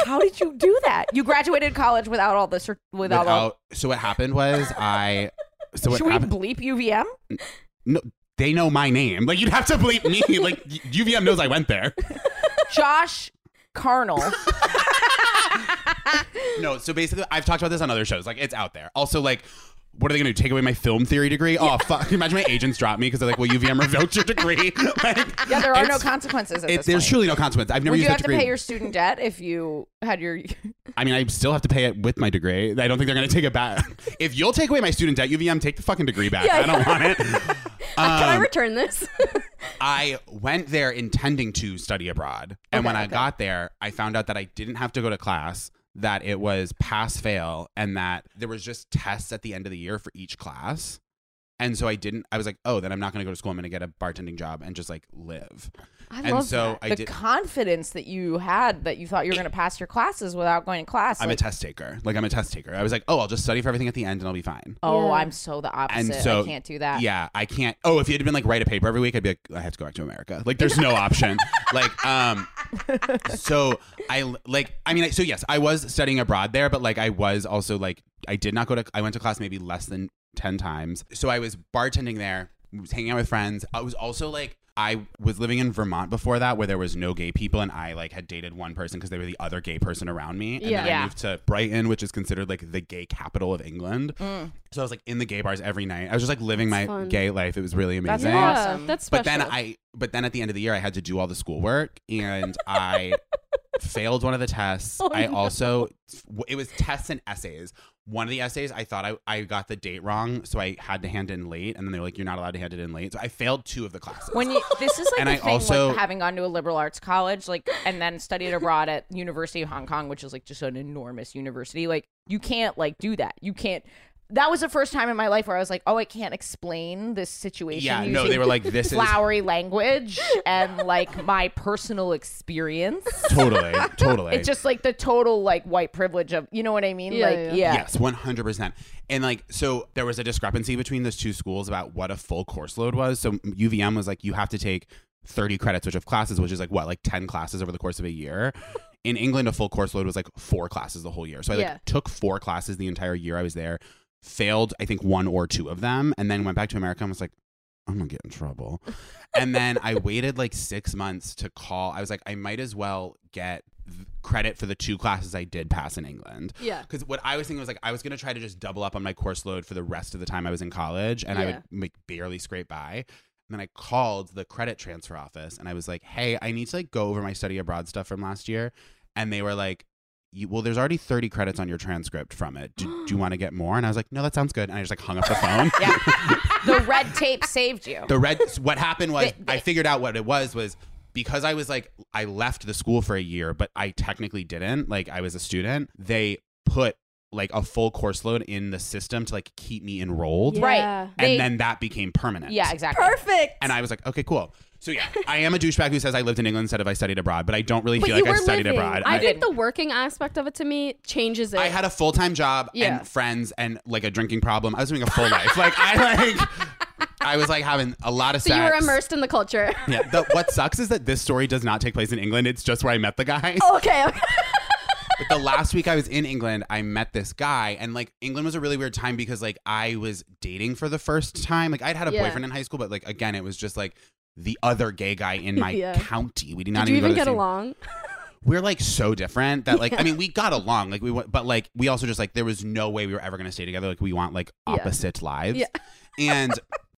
How did you do that? You graduated college without all this. Without, all.
Without, so what happened was I, so what
Should we
happened?
bleep UVM?
no, they know my name. Like you'd have to bleep me. like UVM knows I went there.
Josh Carnal.
No, so basically, I've talked about this on other shows. Like, it's out there. Also, like, what are they going to do? Take away my film theory degree? Oh, fuck. Imagine my agents drop me because they're like, well, UVM revoked your degree. like,
Yeah, there are no
it's-
consequences at
it-
this
there's
point.
truly no consequence. I've never
Would you
used that
have to
degree.
pay your student debt if you had your?
I mean, I still have to pay it with my degree. I don't think they're going to take it back. if you'll take away my student debt, UVM, take the fucking degree back.
Yeah,
I don't
yeah.
want it.
Can I return this?
I went there intending to study abroad. And when I got there, I found out that I didn't have to go to class, that it was pass fail, and that there was just tests at the end of the year for each class. And so I didn't, I was like, oh, then I'm not going to go to school. I'm going to get a bartending job and just like live.
I
and
love
so
that.
I
the
did.
confidence that you had that you thought you were going to pass your classes without going to class.
I'm a
like,
test taker. Like, I'm a test taker. I was like, oh, I'll just study for everything at the end and I'll be fine.
oh,
Yeah.
I'm so the opposite.
And so
I can't do that.
Yeah, I can't. Oh, if you had been like write a paper every week, I'd be like, I have to go back to America. Like, there's no option. like, um, so I like. I mean, I- so yes, I was studying abroad there, but like, I was also like, I did not go to. I went to class maybe less than ten times. So I was bartending there, was hanging out with friends. I was also like. I was living in Vermont before that, where there was no gay people, and I like had dated one person because they were the other gay person around me. And then
Yeah.
I
Yeah.
moved to Brighton, which is considered like the gay capital of England.
Mm.
So I was like in the gay bars every night. I was just like living my
fun.
gay life. It was really amazing.
awesome.
yeah, that's
But
special.
then I but then at the end of the year I had to do all the schoolwork and I failed one of the tests.
Oh,
I also it was tests and essays. One of the essays I thought I, I got the date wrong, so I had to hand in late and then they were like you're not allowed to hand it in late. So I failed two of the classes.
When you this is like
And
the
I
thing
also-
with having gone to a liberal arts college, like and then studied abroad at University of Hong Kong, which is like just an enormous university. Like you can't like do that. You can't. That was the first time in my life where I was like, oh, I can't explain this situation.
yeah,
using
no, they were like this is
flowery language and like my personal experience.
totally totally.
It's just like the total like white privilege of you know what I mean?
Yeah,
like
yeah.
yeah.
Yes, one hundred percent. And like, so there was a discrepancy between those two schools about what a full course load was. So UVM was like, you have to take thirty credits, which of classes, which is like what, like ten classes over the course of a year. In England, a full course load was like four classes the whole year. So I like
Yeah.
took four classes the entire year I was there, failed I think one or two of them, and then went back to America and was like, I'm gonna get in trouble. and then I waited like six months to call. I was like, I might as well get th- credit for the two classes I did pass in England.
Yeah.
Because what I was thinking was like, I was gonna try to just double up on my course load for the rest of the time I was in college, and I
Yeah.
would like barely scrape by. And then I called the credit transfer office, and I was like, Hey, I need to like go over my study abroad stuff from last year, and they were like. You, well, there's already 30 credits on your transcript from it. Do, do you want to get more? And I was like, no, that sounds good. And I just like hung up the phone.
Yeah. the red tape saved you.
The red. What happened was I figured out what it was was because I was like I left the school for a year, but I technically didn't. Like I was a student. They put like a full course load in the system to like keep me enrolled,
Yeah.
Right.
and
They-
then that became permanent.
yeah, exactly.
Perfect.
And I was like, okay, cool. So yeah, I am a douchebag who says I lived in England instead of I studied abroad, but I don't really
but
feel
you
like I
were
studied
living.
abroad.
I,
I-
think the working aspect of it to me changes it.
I had a full time job
Yeah.
and friends and like a drinking problem. I was doing a full life. Like I like, I was like having a lot of
so
sex.
you were immersed in the culture.
Yeah. The, what sucks is that this story does not take place in England. It's just where I met the guy.
Oh, okay. okay.
But the last week I was in England, I met this guy, and like England was a really weird time because like I was dating for the first time. Like I'd had a
Yeah.
boyfriend in high school, but like again, it was just like the other gay guy in my
Yeah.
county. We did not
Did you
even,
even
go to the same-
get along?
We're like so different that like I mean we got along like we went, but like we also just like there was no way we were ever gonna stay together. Like we want like
Yeah.
opposite lives.
Yeah.
And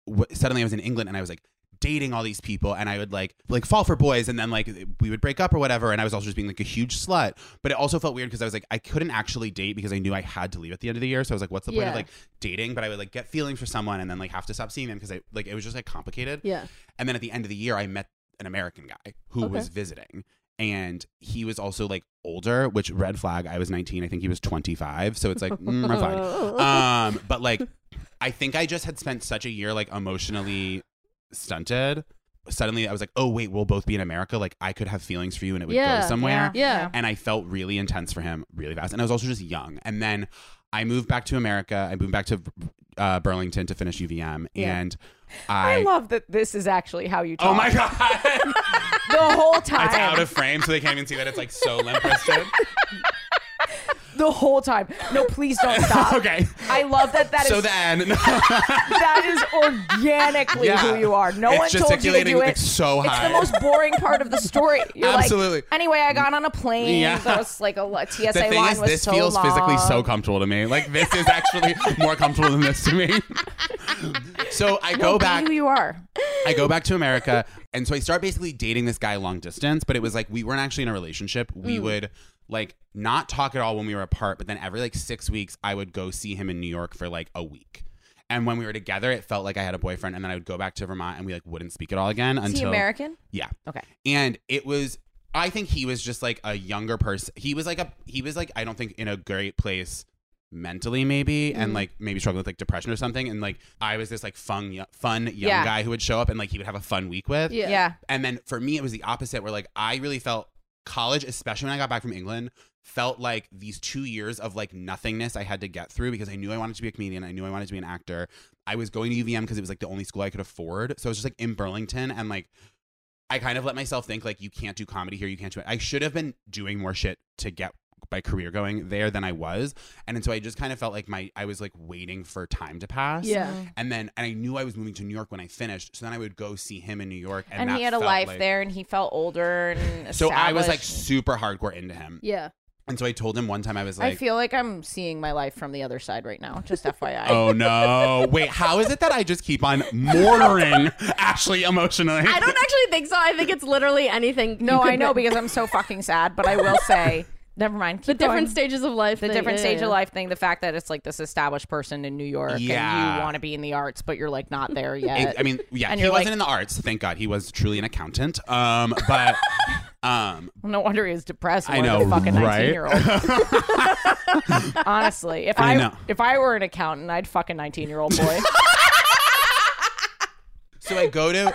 w- suddenly I was in England and I was like dating all these people and I would like like fall for boys and then like we would break up or whatever and I was also just being like a huge slut but it also felt weird because I was like I couldn't actually date because I knew I had to leave at the end of the year so I was like what's the point
Yeah.
of like dating but I would like get feelings for someone and then like have to stop seeing them because I like it was just like complicated
Yeah.
and then at the end of the year I met an American guy who
Okay.
was visiting and he was also like older which red flag I was 19 I think he was 25 so it's like mm, red flag
Oh.
um but like i think i just had spent such a year like emotionally stunted suddenly i was like oh wait we'll both be in america like i could have feelings for you and it would
Yeah,
go somewhere
yeah.
and i felt really intense for him really fast and i was also just young and then i moved back to america i moved back to uh, burlington to finish uvm
Yeah.
and
I,
i,
love that this is actually how you talk.
oh my god
The whole time.
it's out of frame so they can't even see that it's like so limp wristed
the whole time. No, please don't stop.
okay
I love that that is
so then
that is organically
Yeah.
who you are. No
It's
one told you to
gesticulating,
do it.
it's so
It's
high.
the most boring part of the story. You're like,
Absolutely.
anyway, I got on a plane.
Yeah.
There was like a, lo- TSA
the thing
line
is,
was
this
so
feels
long.
physically so comfortable to me. Like this is actually more comfortable than this to me. so I go
Be
back.
Who you are?
I go back to America, and so I start basically dating this guy long distance. But it was like we weren't actually in a relationship. We would like not talk at all when we were apart. But then every like six weeks, I would go see him in New York for like a week. And when we were together, it felt like I had a boyfriend. And then I would go back to Vermont, and we like wouldn't speak at all again
Is
until
he American?
yeah.
Okay.
And it was I think he was just like a younger person. He was like a he was like I don't think in a great place mentally maybe
Mm.
and like maybe struggling with like depression or something and like I was this like fun yo- fun young
Yeah.
guy who would show up and like he would have a fun week with.
Yeah.
Yeah.
And then for me, it was the opposite, where like I really felt college, especially when I got back from England, felt like these two years of like nothingness I had to get through because I knew I wanted to be a comedian. I knew I wanted to be an actor. I was going to UVM because it was like the only school I could afford. So I was just like in Burlington and like I kind of let myself think like you can't do comedy here, you can't do it. I should have been doing more shit to get my career going there than I was. And, and so I just kind of felt like my I was like waiting for time to pass.
Yeah.
And then and I knew I was moving to New York when I finished. So then I would go see him in New York and,
And,
that
he had a
felt
life
like-
there, and he felt older and
So I was like
established.
super hardcore into him.
Yeah.
And so I told him one time I was like
I feel like I'm seeing my life from the other side right now. Just FYI.
Oh no. Wait, how is it that I just keep on mortaring Ashley emotionally?
I don't actually think so. I think it's literally anything. you
No,
could
I know
write.
because I'm so fucking sad, but I will say, never mind.
the
Keep
different
going.
stages of life.
the different stage of life thing, the fact that it's like this established person in New York and
Yeah.
you want to be in the arts, but you're like not there
I-
yet.
I mean, yeah,
And
he
you're
wasn't
like-
in the arts, thank God. He was truly an accountant. Um, but um
no wonder he was depressed.
I
more than
know,
a fucking
right?
19 year old. Honestly, if
I
I,
know.
if I were an accountant, I'd fuck a 19 year old boy.
So I go to,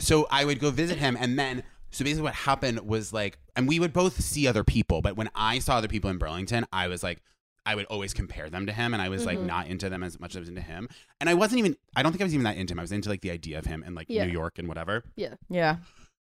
so I would go visit him, and then so basically what happened was like, and we would both see other people, but when I saw other people in Burlington, I was like. I would always compare them to him, and I was like not into them as much as I was into him. And I wasn't even—I don't think I was even that into him. I was into like the idea of him and like
Yeah.
New York and whatever.
yeah,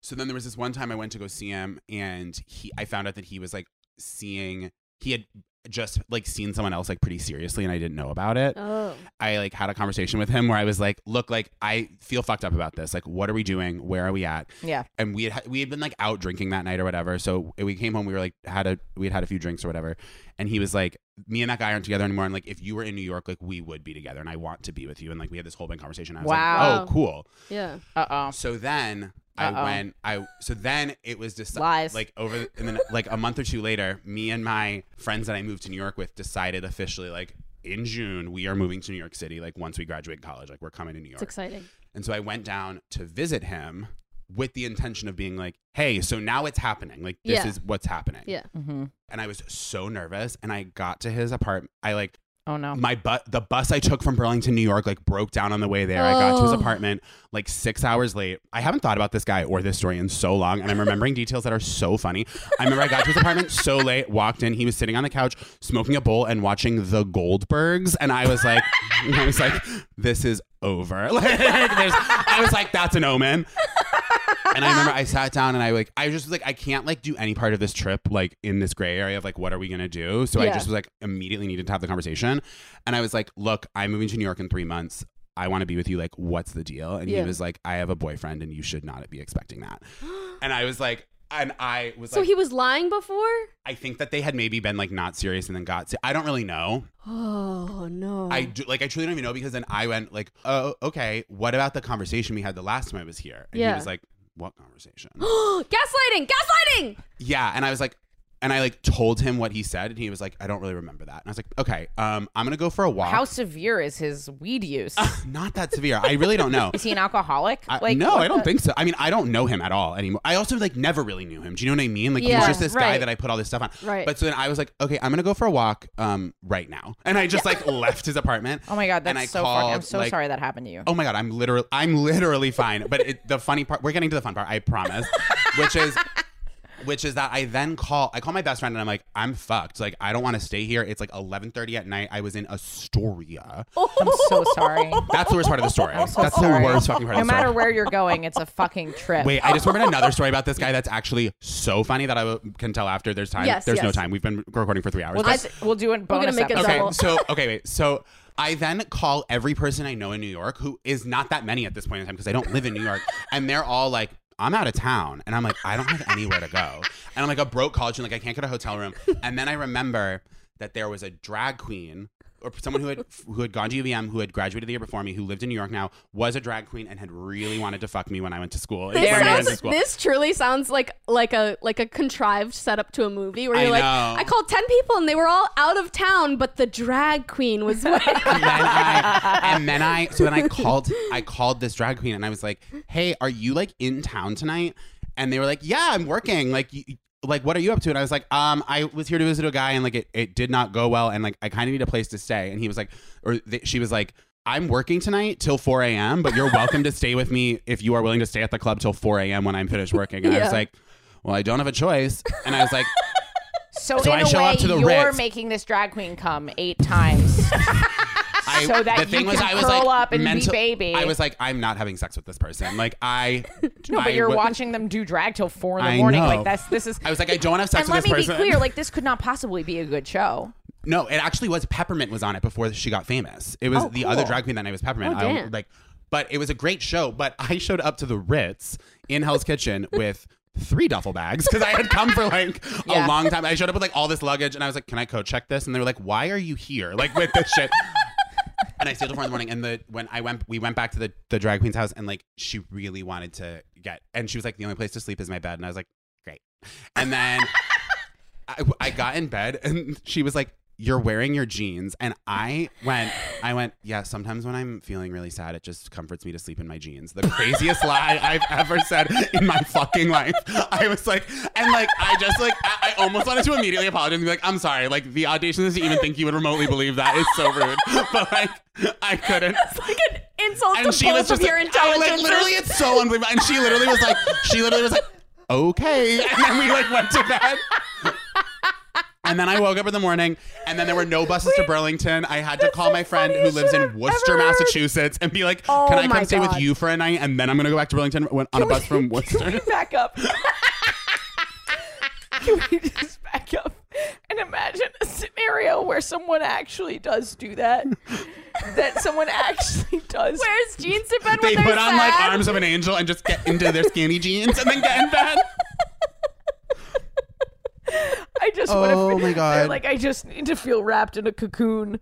So then there was this one time I went to go see him, and he I found out that he was like seeing he had just like seen someone else like pretty seriously and I didn't know about it.
Oh,
I like had a conversation with him where I was like, "Look, like I feel fucked up about this. Like, what are we doing? Where are we at?"
Yeah.
And we had we had been like out drinking that night or whatever. So we came home. We were like had a we had had a few drinks or whatever. And he was like, "Me and that guy aren't together anymore." And like, if you were in New York, like we would be together, and I want to be with you. And like we had this whole big conversation. I was
Wow.
like, "Oh, cool."
Yeah.
Uh
So then
Uh-oh.
I went. I so then it was just
Lies.
like over and then like a month or two later, me and my friends that I moved to New York with decided officially like in June we are moving to New York City. Like once we graduate college, like we're coming to New York.
It's exciting.
And so I went down to visit him with the intention of being like, "Hey, so now it's happening. Like this
Yeah.
is what's happening."
Yeah.
oh. hmm
And I was so nervous. And I got to his apartment. I like
Oh no.
my but the bus I took from Burlington, New York, like broke down on the way there. I got to his
Oh.
apartment like six hours late. I haven't thought about this guy or this story in so long, and I'm remembering details that are so funny. I remember I got to his apartment so late, walked in, he was sitting on the couch smoking a bowl and watching The Goldbergs, and I was like, I was like, this is over. Like, there's, I was like, that's an omen. And I remember I sat down and I like I just was like I can't like do any part of this trip like in this gray area of like what are we gonna do? So I
Yeah.
just was like immediately needed to have the conversation. And I was like, look, I'm moving to New York in three months. I want to be with you. Like, what's the deal? And
Yeah.
he was like, I have a boyfriend and you should not be expecting that. And I was like, and I was
So
like,
he was lying before?
I think that they had maybe been like not serious and then got. se- I don't really know.
Oh no.
I do, like I truly don't even know because then I went like, oh, okay. What about the conversation we had the last time I was here? And
Yeah.
he was like, what conversation?
gaslighting! Gaslighting!
yeah, and I was like. And I like told him what he said, and he was like, "I don't really remember that." And I was like, "Okay, um, I'm gonna go for a walk."
How severe is his weed use?
Not that severe. I really don't know.
is he an alcoholic?
I, no, I don't think so. I mean, I don't know him at all anymore. I also like never really knew him. Do you know what I mean? Like he
Yeah,
was just this guy
right.
that I put all this stuff on.
Right.
But so then I was like, okay, I'm gonna go for a walk, um, right now, and I just like left his apartment.
Oh my god,
And I
that's so fucking. I'm
called,
so
like-
sorry that happened to you.
Oh my god, I'm literally, I'm literally fine. But it, the funny part, we're getting to the fun part, I promise, which is, which is that I then call, I call my best friend, and I'm like, I'm fucked. Like I don't want to stay here. It's like 11:30 at night. I was in Astoria.
I'm so sorry.
That's the worst part of the story.
so
That's
sorry.
the worst fucking part
No
of the story.
matter where you're going, it's a fucking trip.
Wait, I just remembered another story about this guy that's actually so funny that I w- can tell after there's time.
Yes,
there's no
yes.
time. We've been recording for three hours.
Well,
but-
this, we'll do a bonus
make it
episode.
okay,
double.
so okay, wait. So I then call every person I know in New York, who is not that many at this point in time because I don't live in New York, and they're all like. I'm out of town and I'm like, I don't have anywhere to go. And I'm like a broke college and like I can't get a hotel room. And then I remember that there was a drag queen or someone who had who had gone to UVM who had graduated the year before me, who lived in New York now, was a drag queen and had really wanted to fuck me when I went to school. when
This
I went to
sounds.
school.
This truly sounds like like a like a contrived setup to a movie where
I
you're like,
know.
I called ten people and they were all out of town, but the drag queen was.
and then I, and then I, so then I called, I called this drag queen and I was like, "Hey, are you like in town tonight?" And they were like, "Yeah, I'm working." Like, you, like what are you up to? And I was like, "Um, I was here to visit a guy and like it, it did not go well and like I kind of need a place to stay." And he was like, or th- she was like. I'm working tonight till 4 a.m., but you're welcome to stay with me if you are willing to stay at the club till 4 a.m. when I'm finished working. And I
Yeah.
was like, well, I don't have a choice. And I was like,
So,
So
in
I
a
show
way,
up to the
you're
Ritz.
making this drag queen come eight times.
I,
so that
the
you
thing was,
can
I was
curl
like,
up and be
mental-
baby.
I was like, I'm not having sex with this person. Like I,
No, but
I
you're
wa-
watching them do drag till four in the
I
morning.
know.
Like that's this is.
I was like, I don't wanna have sex
and
with
let
this
me
person.
be clear, like this could not possibly be a good show.
No, it actually was Peppermint was on it before she got famous. It was
Oh,
the
cool.
other drag queen that night was Peppermint.
Oh,
I don't-
damn.
like, but it was a great show. But I showed up to the Ritz in Hell's Kitchen with three duffel bags because I had come for like a
Yeah.
long time. I showed up with like all this luggage and I was like, "Can I co check this?" And they were like, "Why are you here? Like with this shit." and I stayed till four in the morning. And the when I went, we went back to the the drag queen's house, and like she really wanted to get, and she was like, the only place to sleep is my bed, and I was like, great. And then I, I got in bed, and she was like, you're wearing your jeans, and I went, I went, yeah. Sometimes when I'm feeling really sad, it just comforts me to sleep in my jeans. The craziest lie I've ever said in my fucking life. I was like, and like, I just like, I, I almost wanted to immediately apologize and be like, I'm sorry. Like, the audaciousness to even think you would remotely believe that is so rude, but like, I couldn't
like an insult
and
to
she was
both
just
of your
like, I, like
intelligence.
literally it's so unbelievable and she literally was like she literally was like okay and then we like went to bed and then I woke up in the morning, and then there were no buses to Burlington. I had to call my friend who lives in Worcester, Massachusetts, and be like, "Can I come
Oh my
stay with
God.
you for a night?" And then I'm gonna go back to Burlington when, on a bus from Worcester.
Back up. Can we just back up and imagine a scenario
someone actually does do that. that someone actually does.
Wears jeans to bed
They
when they're
put on like
sad.
arms of an angel and just get into their skinny jeans and then get in bed.
I just
Oh,
want to.
my God.
Like I just need to feel wrapped in a cocoon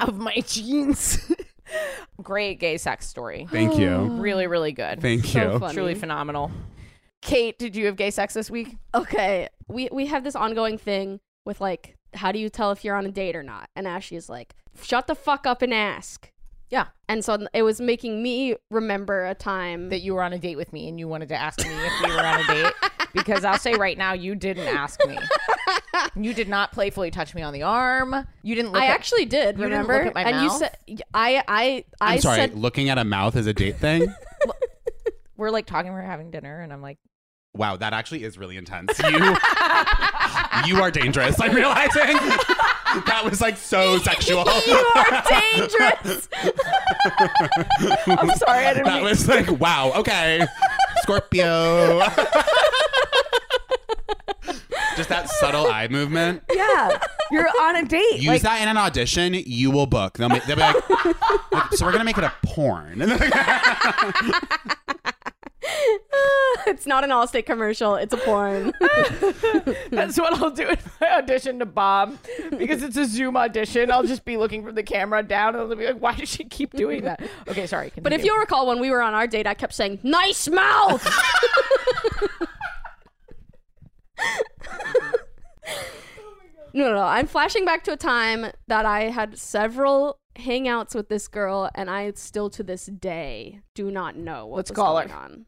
of my jeans. Great gay sex story.
Thank you.
Really, really good.
Thank
"Oh." So
you.
funny.
Truly phenomenal. Kate, did you have gay sex this week?
okay, we we have this ongoing thing with like, how do you tell if you're on a date or not? And Ashley is like, shut the fuck up and ask.
Yeah.
And so it was making me remember a time.
that you were on a date with me and you wanted to ask me if we were on a date because I'll say right now you didn't ask me. You did not playfully touch me on the arm. You didn't look
I
at-
actually did
You didn't look
remember,
at my
and
mouth?
you said, "I, I, I
I'm sorry.
said
looking at a mouth is a date thing.
we're like talking, we're having dinner, and I'm like,
Wow, that actually is really intense. You, you are dangerous. I'm realizing that was like so sexual.
you are dangerous."
I'm sorry, I didn't
That
mean-
was like wow. Okay, Scorpio. Just that subtle eye movement.
Yeah. You're on a date.
Use
like,
that in an audition. You will book. They'll, make, they'll be like, like, so we're gonna make it a porn.
it's not an Allstate commercial; it's a porn.
That's what I'll do if I audition to Bob because it's a Zoom audition. I'll just be looking from the camera down and I'll be like, why does she keep doing that? Okay, sorry.
but if you'll recall, when we were on our date, I kept saying "nice mouth." no, no, no. I'm flashing back to a time that I had several hangouts with this girl, and I still to this day do not know what
Let's
was
call her.
going on.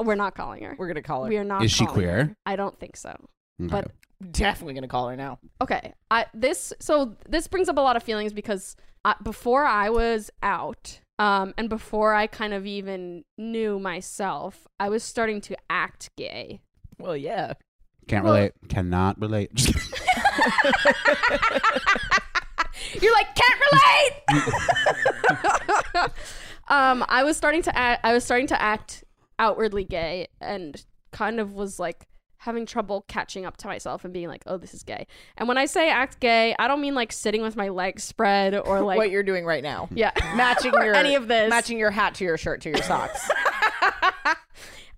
We're not calling her.
We're going to call her.
We are not.
Is she
calling her.
queer?
I don't think so. But-
definitely going to call her now.
Okay. I this so this brings up a lot of feelings because I, before I was out, um, and before I kind of even knew myself, I was starting to act gay.
Well, yeah.
can't relate. Cannot relate. Just kidding.
You're like can't relate. um, I was starting to act. I was starting to act outwardly gay, and kind of was like having trouble catching up to myself and being like, "Oh, this is gay." And when I say act gay, I don't mean like sitting with my legs spread or like
what you're doing right now.
yeah.
Matching
Or
your
any of this.
Matching your hat to your shirt to your socks.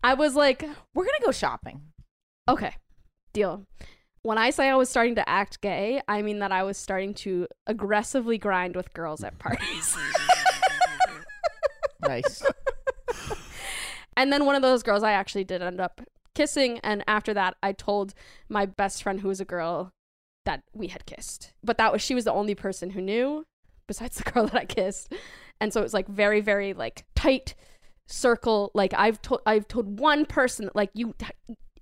I was like,
we're gonna go shopping.
Okay, deal. When I say I was starting to act gay, I mean that I was starting to aggressively grind with girls at parties.
Nice.
and then one of those girls I actually did end up kissing. And after that, I told my best friend, who was a girl, that we had kissed. But that was, she was the only person who knew besides the girl that I kissed. And so it was like very, very like tight circle. Like I've told, I've told one person that like you,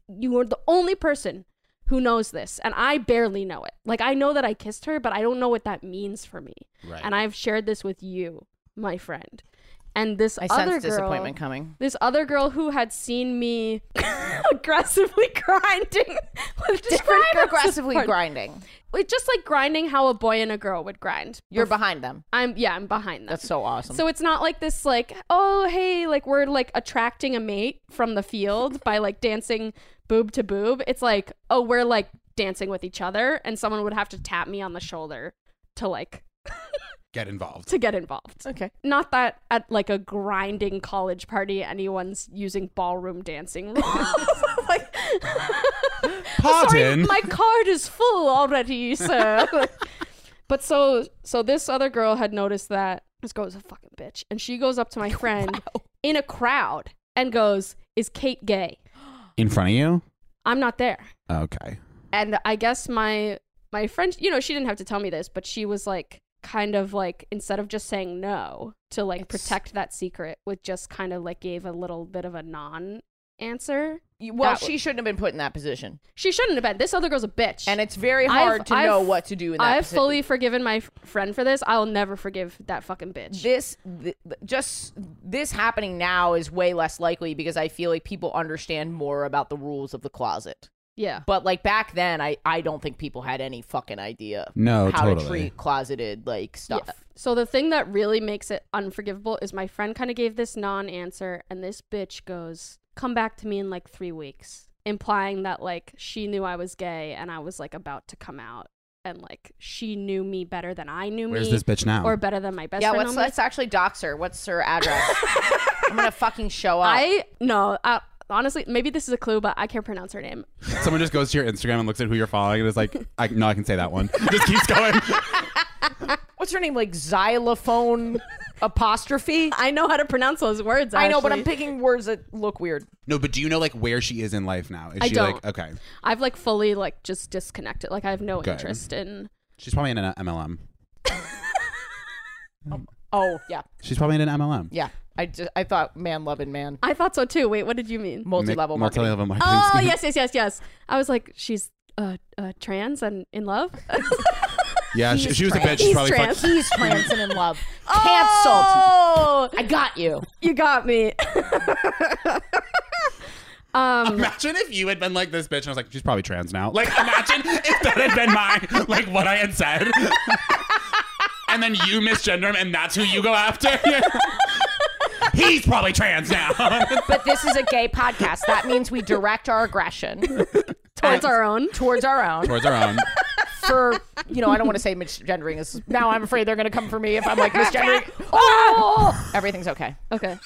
you are the only person who knows this and i barely know it like i know that i kissed her but i don't know what that means for me
Right.
and i've shared this with you my friend and this
I
other
sense
girl,
disappointment coming.
this other girl who had seen me aggressively grinding with different
Describe
girls
aggressively
apart.
grinding.
It's just like grinding how a boy and a girl would grind.
You're behind them.
I'm yeah, I'm behind them.
That's so awesome.
So it's not like this like, oh hey, like we're like attracting a mate from the field by like dancing boob to boob. It's like, oh, we're like dancing with each other and someone would have to tap me on the shoulder to like
Get involved.
to get involved.
okay.
Not that at like a grinding college party anyone's using ballroom dancing rules. like
Pardon.
my card is full already, sir. but so so this other girl had noticed that this girl was a fucking bitch, and she goes up to my friend in a crowd and goes, "Is Kate gay?"
In front of you.
I'm not there,
Okay.
and I guess my my friend, you know, she didn't have to tell me this, but she was like kind of like instead of just saying no to like
It's-
protect that secret with just kind of like gave a little bit of a non answer
You- Well,
That-
she shouldn't have been put in that position.
she shouldn't have been this other girl's a bitch
And it's very hard
I've-
to know
I've-
what to do in that
I've
posi-
fully forgiven my f- friend for this. I'll never forgive that fucking bitch.
this th- just this happening now is way less likely because I feel like people understand more about the rules of the closet.
yeah.
But like back then, I I don't think people had any fucking idea
No,
how
totally.
to treat closeted like stuff.
So the thing that really makes it unforgivable is my friend kind of gave this non-answer and this bitch goes, "Come back to me in like 3 weeks." Implying that like she knew I was gay and I was like about to come out and like she knew me better than I knew
Where's
me,
this bitch now?
or better than my best
Yeah,
friend.
what's
almost.
let's actually dox her. What's her address? I'm gonna fucking show up.
I no. I, honestly, maybe this is a clue, but I can't pronounce her name.
Someone just goes to your Instagram and looks at who you're following and is like, I, no, I can say that one. Just keeps going.
what's her name? Like xylophone apostrophe.
I know how to pronounce those words.
I know, but I'm
actually.
picking words that look weird.
no, but do you know like where she is in life now? Is
I
she like,
don't.
okay.
I've like fully like just disconnected. Like I have no interest in.
She's probably in an uh, MLM.
Oh yeah,
She's probably in an MLM.
yeah. I just I thought man loving man,
I thought so too. Wait, what did you mean?
multi level
Multi
marketing.
level marketing.
Oh
scheme.
yes, yes, yes, yes. I was like, she's uh, uh trans and in love.
Yeah, she,
He's
she was a bitch.
He's
She probably
trans.
fucked.
He's trans and in love. Cancelled.
oh,
I got you.
you got me.
Imagine if you had been like this bitch, and I was like, she's probably trans now. Like, imagine if that had been mine, like what I had said. and then you misgender him, and that's who you go after. He's probably trans now.
But this is a gay podcast. That means we direct our aggression
Towards our own.
towards our own.
Towards our own.
For you know, I don't want to say misgendering. Is now I'm afraid they're gonna come for me if I'm like misgendering. Oh, everything's okay.
Okay.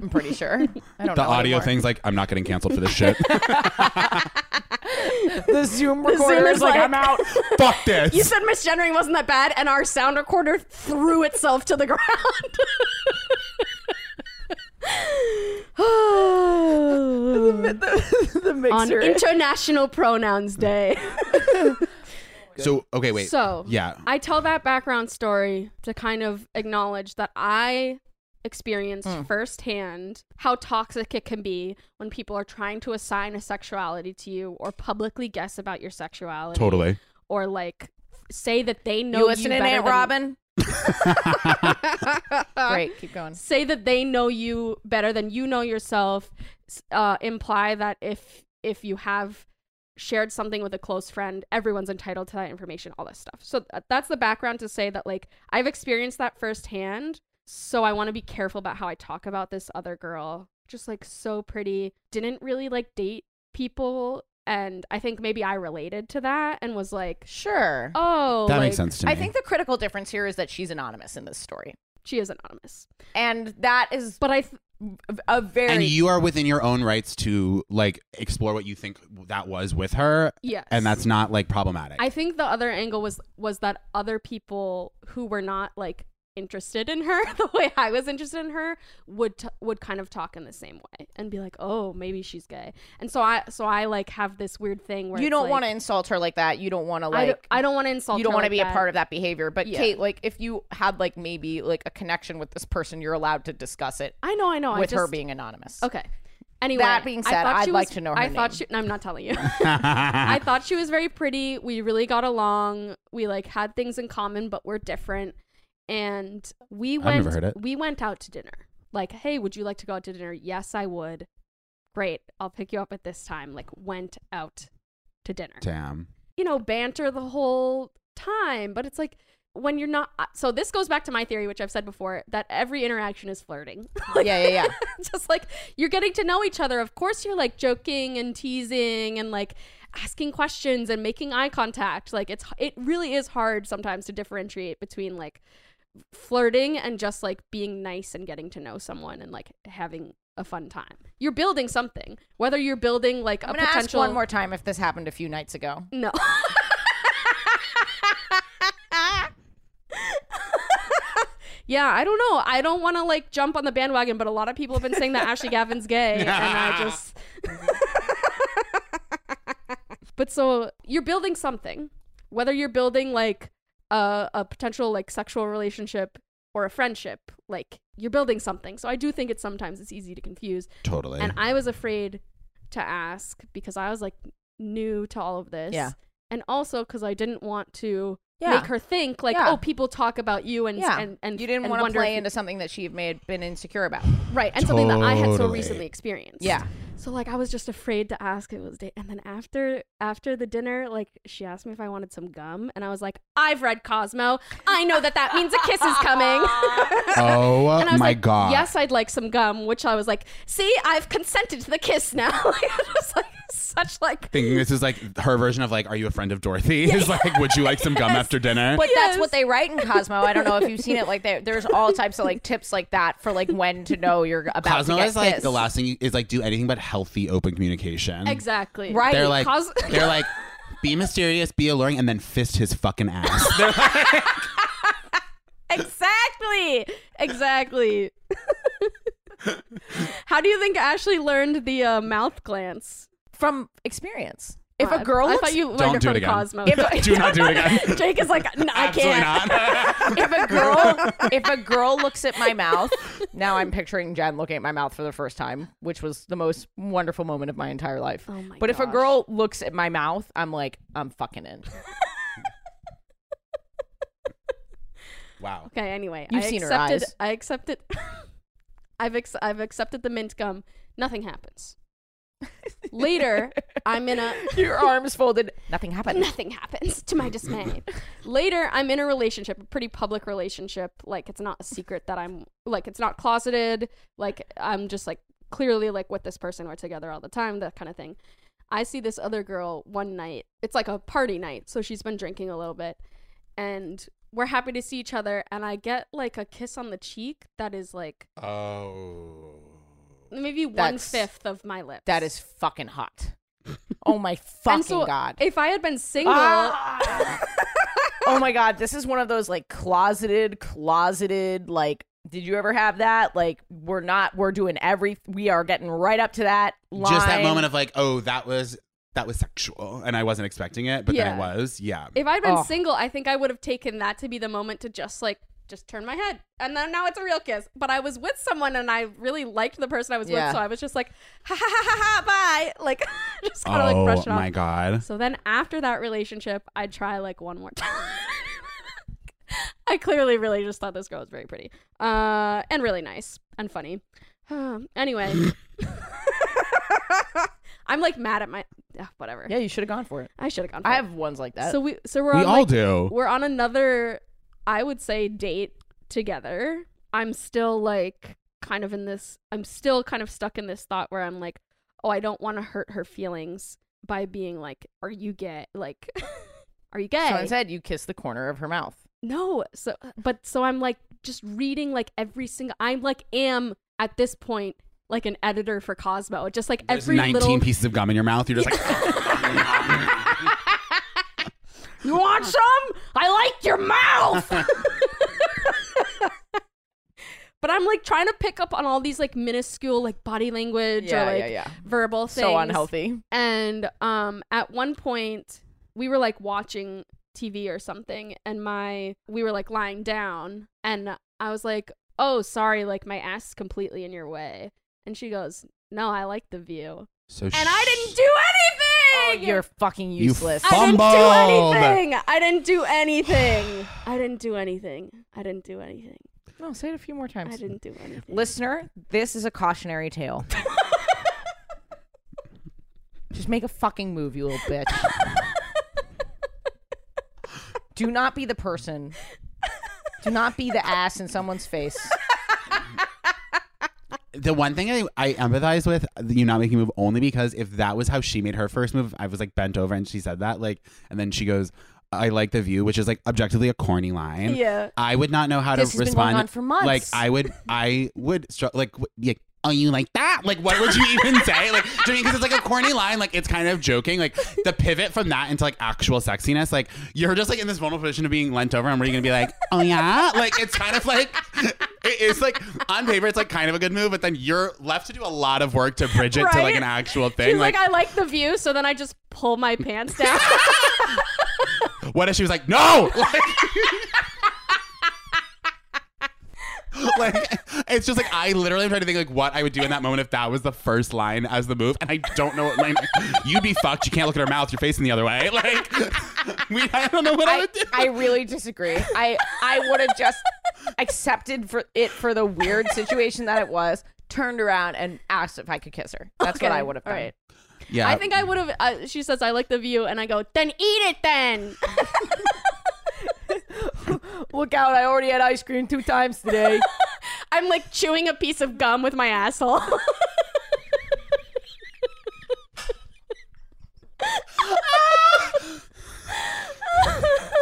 I'm pretty sure. I don't
The
know
audio
anymore.
thing's like, I'm not getting canceled for this shit.
The Zoom recorder
Zoom
is
is
like,
like-
I'm out.
Fuck this.
You said misgendering wasn't that bad, and our sound recorder threw itself to the ground.
the
On
mixer.
International Pronouns Day.
so, okay, wait.
So,
yeah.
I tell that background story to kind of acknowledge that I experienced
Hmm.
firsthand how toxic it can be when people are trying to assign a sexuality to you or publicly guess about your sexuality
totally.
or like say that they know
you listening,
better
Aunt Robin?
than-
Great, keep going.
say that they know you better than you know yourself s- uh, imply that if if you have shared something with a close friend everyone's entitled to that information all this stuff so th- that's the background to say that like i've experienced that firsthand so i want to be careful about how i talk about this other girl just like so pretty didn't really like date people and i think maybe i related to that and was like
Sure.
oh
That
like,
makes sense to me.
I think the critical difference here is that she's anonymous in this story,
she is anonymous
and that is
but i th-
a very
and you are within your own rights to like explore what you think that was with her.
yes
And that's not like problematic.
I think the other angle was was that other people who were not like interested in her the way I was interested in her would t- would kind of talk in the same way and be like, "Oh, maybe she's gay." And so I so I like have this weird thing where
you
it's
don't
like,
want to insult her like that. You don't want to
I don't,
like.
I don't want to insult.
you don't
her
want to
like
be
that.
a part of that behavior. But
Yeah.
Kate, like, if you had like maybe like a connection with this person, you're allowed to discuss it
I know, I know. I
with her
just-
being anonymous.
okay. Anyway,
That being
I
said,
thought she
I'd like
was-
to know her
I thought
name.
she. no, I'm not telling you. I thought she was very pretty. We really got along. We like had things in common, but we're different. And we
I've
went.
never heard it.
We went out to dinner. Like, hey, would you like to go out to dinner? Yes, I would. Great, I'll pick you up at this time. Like, went out to dinner.
Damn.
You know, banter the whole time, but it's like when you're not. uh, So this goes back to my theory, which I've said before, that every interaction is flirting. like,
Yeah, yeah, yeah.
just like you're getting to know each other. Of course, you're like joking and teasing and like asking questions and making eye contact. Like it's it really is hard sometimes to differentiate between like flirting and just like being nice and getting to know someone and like having a fun time. You're building something, whether you're building like a
I'm gonna ask
potential
one more time if this happened a few nights ago.
no. yeah, I don't know. I don't want to like jump on the bandwagon, but a lot of people have been saying that Ashley Gavin's gay, and I just. but so you're building something, whether you're building like a, a potential like sexual relationship or a friendship, like you're building something. So I do think it's sometimes it's easy to confuse.
Totally.
And I was afraid to ask because I was like new to all of this.
Yeah.
And also because I didn't want to
Yeah.
make her think like,
Yeah.
oh, people talk about you and
Yeah,
and, and
you didn't
and
want to
wonder
play
if you-
into something that she may have been insecure about.
right and something that I had so
Totally.
recently experienced.
Yeah.
So like I was just afraid to ask. It was day, and then after after the dinner, like she asked me if I wanted some gum, and I was like, I've read Cosmo. I know that that means a kiss is coming.
oh
And I was
my
like,
god.
Yes, I'd like some gum, which I was like, see, I've consented to the kiss now. Like, I was like, such like
Thinking this is like her version of like, are you a friend of Dorothy? Is like, would you like some gum after dinner?
But that's
Yes.
what they write in Cosmo. I don't know if you've seen it. Like there, there's all types of like tips like that for like when to know you're about
Cosmo
to get
is like
this.
the last thing you, is like do anything but healthy open communication.
exactly
Right.
They're like
Cos-
they're like be mysterious, be alluring, and then fist his fucking ass. They're like,
exactly exactly how do you think ashley learned the uh, mouth glance
from experience.
if
a girl
i
looks-
thought you learned
Don't
it
do it
from
again.
cosmo
do not do it again.
jake is like no, i
Absolutely
can't
not.
if a girl if a girl looks at my mouth now i'm picturing jen looking at my mouth for the first time which was the most wonderful moment of my entire life
Oh my
but if a
gosh.
girl looks at my mouth i'm like i'm fucking in
wow.
okay anyway
You've
I
seen her
accepted,
eyes.
i accepted i've ex- i've accepted the mint gum nothing happens later i'm in a
your arms folded nothing happened
nothing happens to my dismay. Later, I'm in a relationship, a pretty public relationship. Like it's not a secret that I'm like it's not closeted. Like I'm just like clearly like with this person we're together all the time, that kind of thing. I see this other girl one night. It's like a party night, so she's been drinking a little bit and we're happy to see each other and I get like a kiss on the cheek that is like
Oh.
maybe one
That's-
fifth of my lips.
that is fucking hot oh my fucking
and so
god
if I had been single
Ah! oh my god, this is one of those like closeted, closeted like did you ever have that? Like we're not we're doing every we are getting right up to that line.
Just that moment of like, oh, that was that was sexual, and I wasn't expecting it, but then
Yeah.
it was. Yeah.
If I'd been
Oh.
single, I think I would have taken that to be the moment to just like just turn my head. And then now it's a real kiss. But I was with someone and I really liked the person I was
Yeah.
with, so I was just like, ha ha ha ha ha, bye. Like just kind
Oh
of like brush it off.
Oh, my god.
So then after that relationship, I'd try like one more time. I clearly really just thought this girl was very pretty. Uh and really nice and funny. Um, anyway. I'm like mad at my ugh, whatever.
Yeah, you should have gone for it.
I should have gone for
I
it.
have ones like that.
So we so we're
We
on
all
like,
do.
we're on another i would say date together i'm still like kind of in this i'm still kind of stuck in this thought where i'm like oh i don't want to hurt her feelings by being like are you gay like are you gay
So instead you kiss the corner of her mouth.
no so but so i'm like just reading like every single i'm like am at this point like an editor for cosmo just like
There's
every
19
little
pieces of gum in your mouth. You're just like, "Oh,
You want some? I like your mouth.
but i'm like trying to pick up on all these like minuscule like body language
Yeah,
or like
yeah, yeah.
verbal things
so unhealthy.
And um at one point we were like watching TV or something and my we were like lying down and I was like, "Oh, sorry, like my ass is completely in your way." And she goes, "No, I like the view."
so
And I didn't do
Oh,
anything.
you're fucking
You
useless.
fuck.
I didn't
Fumbled.
do anything. I didn't do anything. I didn't do anything. I didn't do anything.
no, say it a few more
I
times.
didn't do anything.
Listener, this is a cautionary tale. Just make a fucking move, you little bitch. Do not be the person. Do not be the ass in someone's face.
the one thing I, I empathize with you not making a move only because if that was how she made her first move, I was like bent over and she said that like, and then she goes, "I like the view," which is like objectively a corny line.
Yeah.
I would not know how
This has
to
been
respond.
going on for months.
Like I would, I would str- like w- like. Oh, you like that? Like, what would you even say? Like, do you mean because it's like a corny line? Like, it's kind of joking. Like, the pivot from that into like actual sexiness. Like, you're just like in this vulnerable position of being leant over, and we're gonna be like, oh yeah. Like, it's kind of like it is like on paper, it's like kind of a good move, but then you're left to do a lot of work to bridge it to like
Right?
an actual thing.
She's
like,
like, "I like the view," so then I just pull my pants down.
What if she was like, no? Like, Like, it's just like I literally am trying to think like what I would do in that moment if that was the first line as the move, and I don't know what line. You'd be fucked. You can't look at her mouth. You're facing the other way. Like we, I don't know what I,
I,
would do.
I really disagree. I I would have just accepted for it for the weird situation that it was, turned around and asked if I could kiss her. That's what
Okay,
I would have
all
done.
right.
yeah,
I think I would have. Uh, she says, "I like the view," and I go, "Then eat it, then."
Look out, I already had ice cream two times today.
I'm like chewing a piece of gum with my asshole.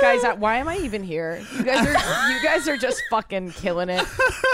guys out. Why am I even here? You guys are you guys are just fucking killing it.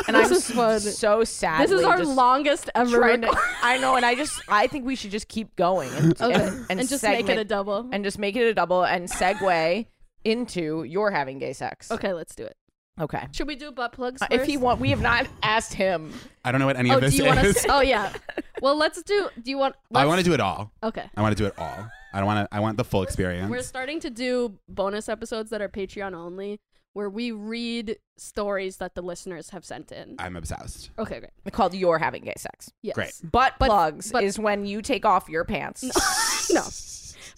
And I'm
This is what-
so sad.
This is our longest ever
trying to,
record.
I know, and I just I think we should just keep going and
Okay.
and, and,
And just make it
segment-
a double.
and just make it a double and segue into your having gay sex.
Okay, let's do it.
Okay.
Should we do butt plugs?
Uh, if he
first?
want, we have not asked him.
I don't know what any
oh,
of
do
this
you want
is.
to? Oh yeah. Well, let's do. Do you want?
I
let's-
want to do it all.
Okay.
I want to do it all. I don't want to. I want the full experience.
We're starting to do bonus episodes that are Patreon only, where we read stories that the listeners have sent in.
Ah,
I'm obsessed.
Okay, great.
Called you're having gay sex.
Yes.
Great.
Butt plugs
but-
is when you take off your pants.
No,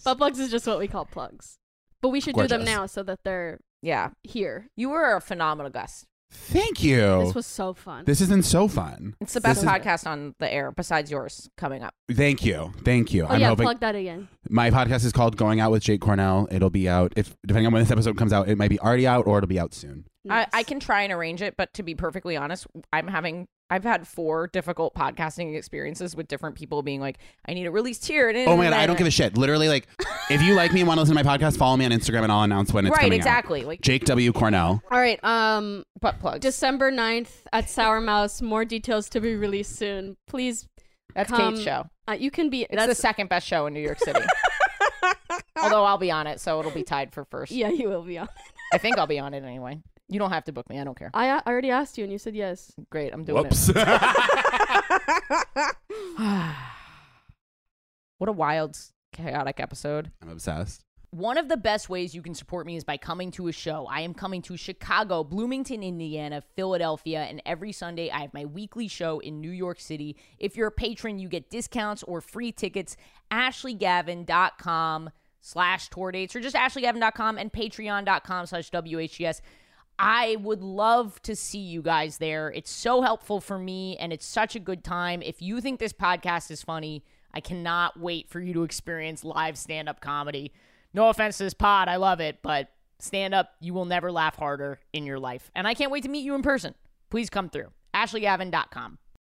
butt plugs is just what we call plugs, but we should do them
Gorgeous.
now so that they're
Yeah,
here.
you were a phenomenal guest.
Thank you.
Oh.
This was so fun.
This has been so fun.
It's the best
This is-
podcast on the air besides yours coming up.
thank you. Thank you.
oh
I'm
yeah,
hoping
plug that again.
my podcast is called Going Out with Jake Cornell. It'll be out if depending on when this episode comes out, it might be already out or it'll be out soon.
I, I
Nice.
can try and arrange it, but to be perfectly honest, I'm having I've had four difficult podcasting experiences with different people being like, I need it released here.
Oh my god, I don't give a shit. Literally, like if you like me and want to listen to my podcast, follow me on Instagram and I'll announce when it's
Right,
coming out.
exactly. Like
Jake W. Cornell.
All right. Um,
butt plugs.
December 9th at Sour Mouse. More details to be released soon. Please,
that's
come-
Kate's show.
uh, you can be.
It's
that's
the second best show in New York City. Although I'll be on it, so it'll be tied for first.
yeah, you will be on.
I think I'll be on it anyway. You don't have to book me. I don't care.
I uh, already asked you, and you said yes.
Great, I'm doing
Whoops.
it. what a wild, chaotic episode.
I'm obsessed.
One of the best ways you can support me is by coming to a show. I am coming to Chicago, Bloomington, Indiana, Philadelphia, and every Sunday I have my weekly show in New York City. If you're a patron, you get discounts or free tickets. AshleyGavin.com slash tour dates or just AshleyGavin.com and Patreon.com slash WHGS. I would love to see you guys there. It's so helpful for me and it's such a good time. If you think this podcast is funny, I cannot wait for you to experience live stand up comedy. No offense to this pod, I love it, but stand up, you will never laugh harder in your life. And I can't wait to meet you in person. Please come through. AshleyGavin.com.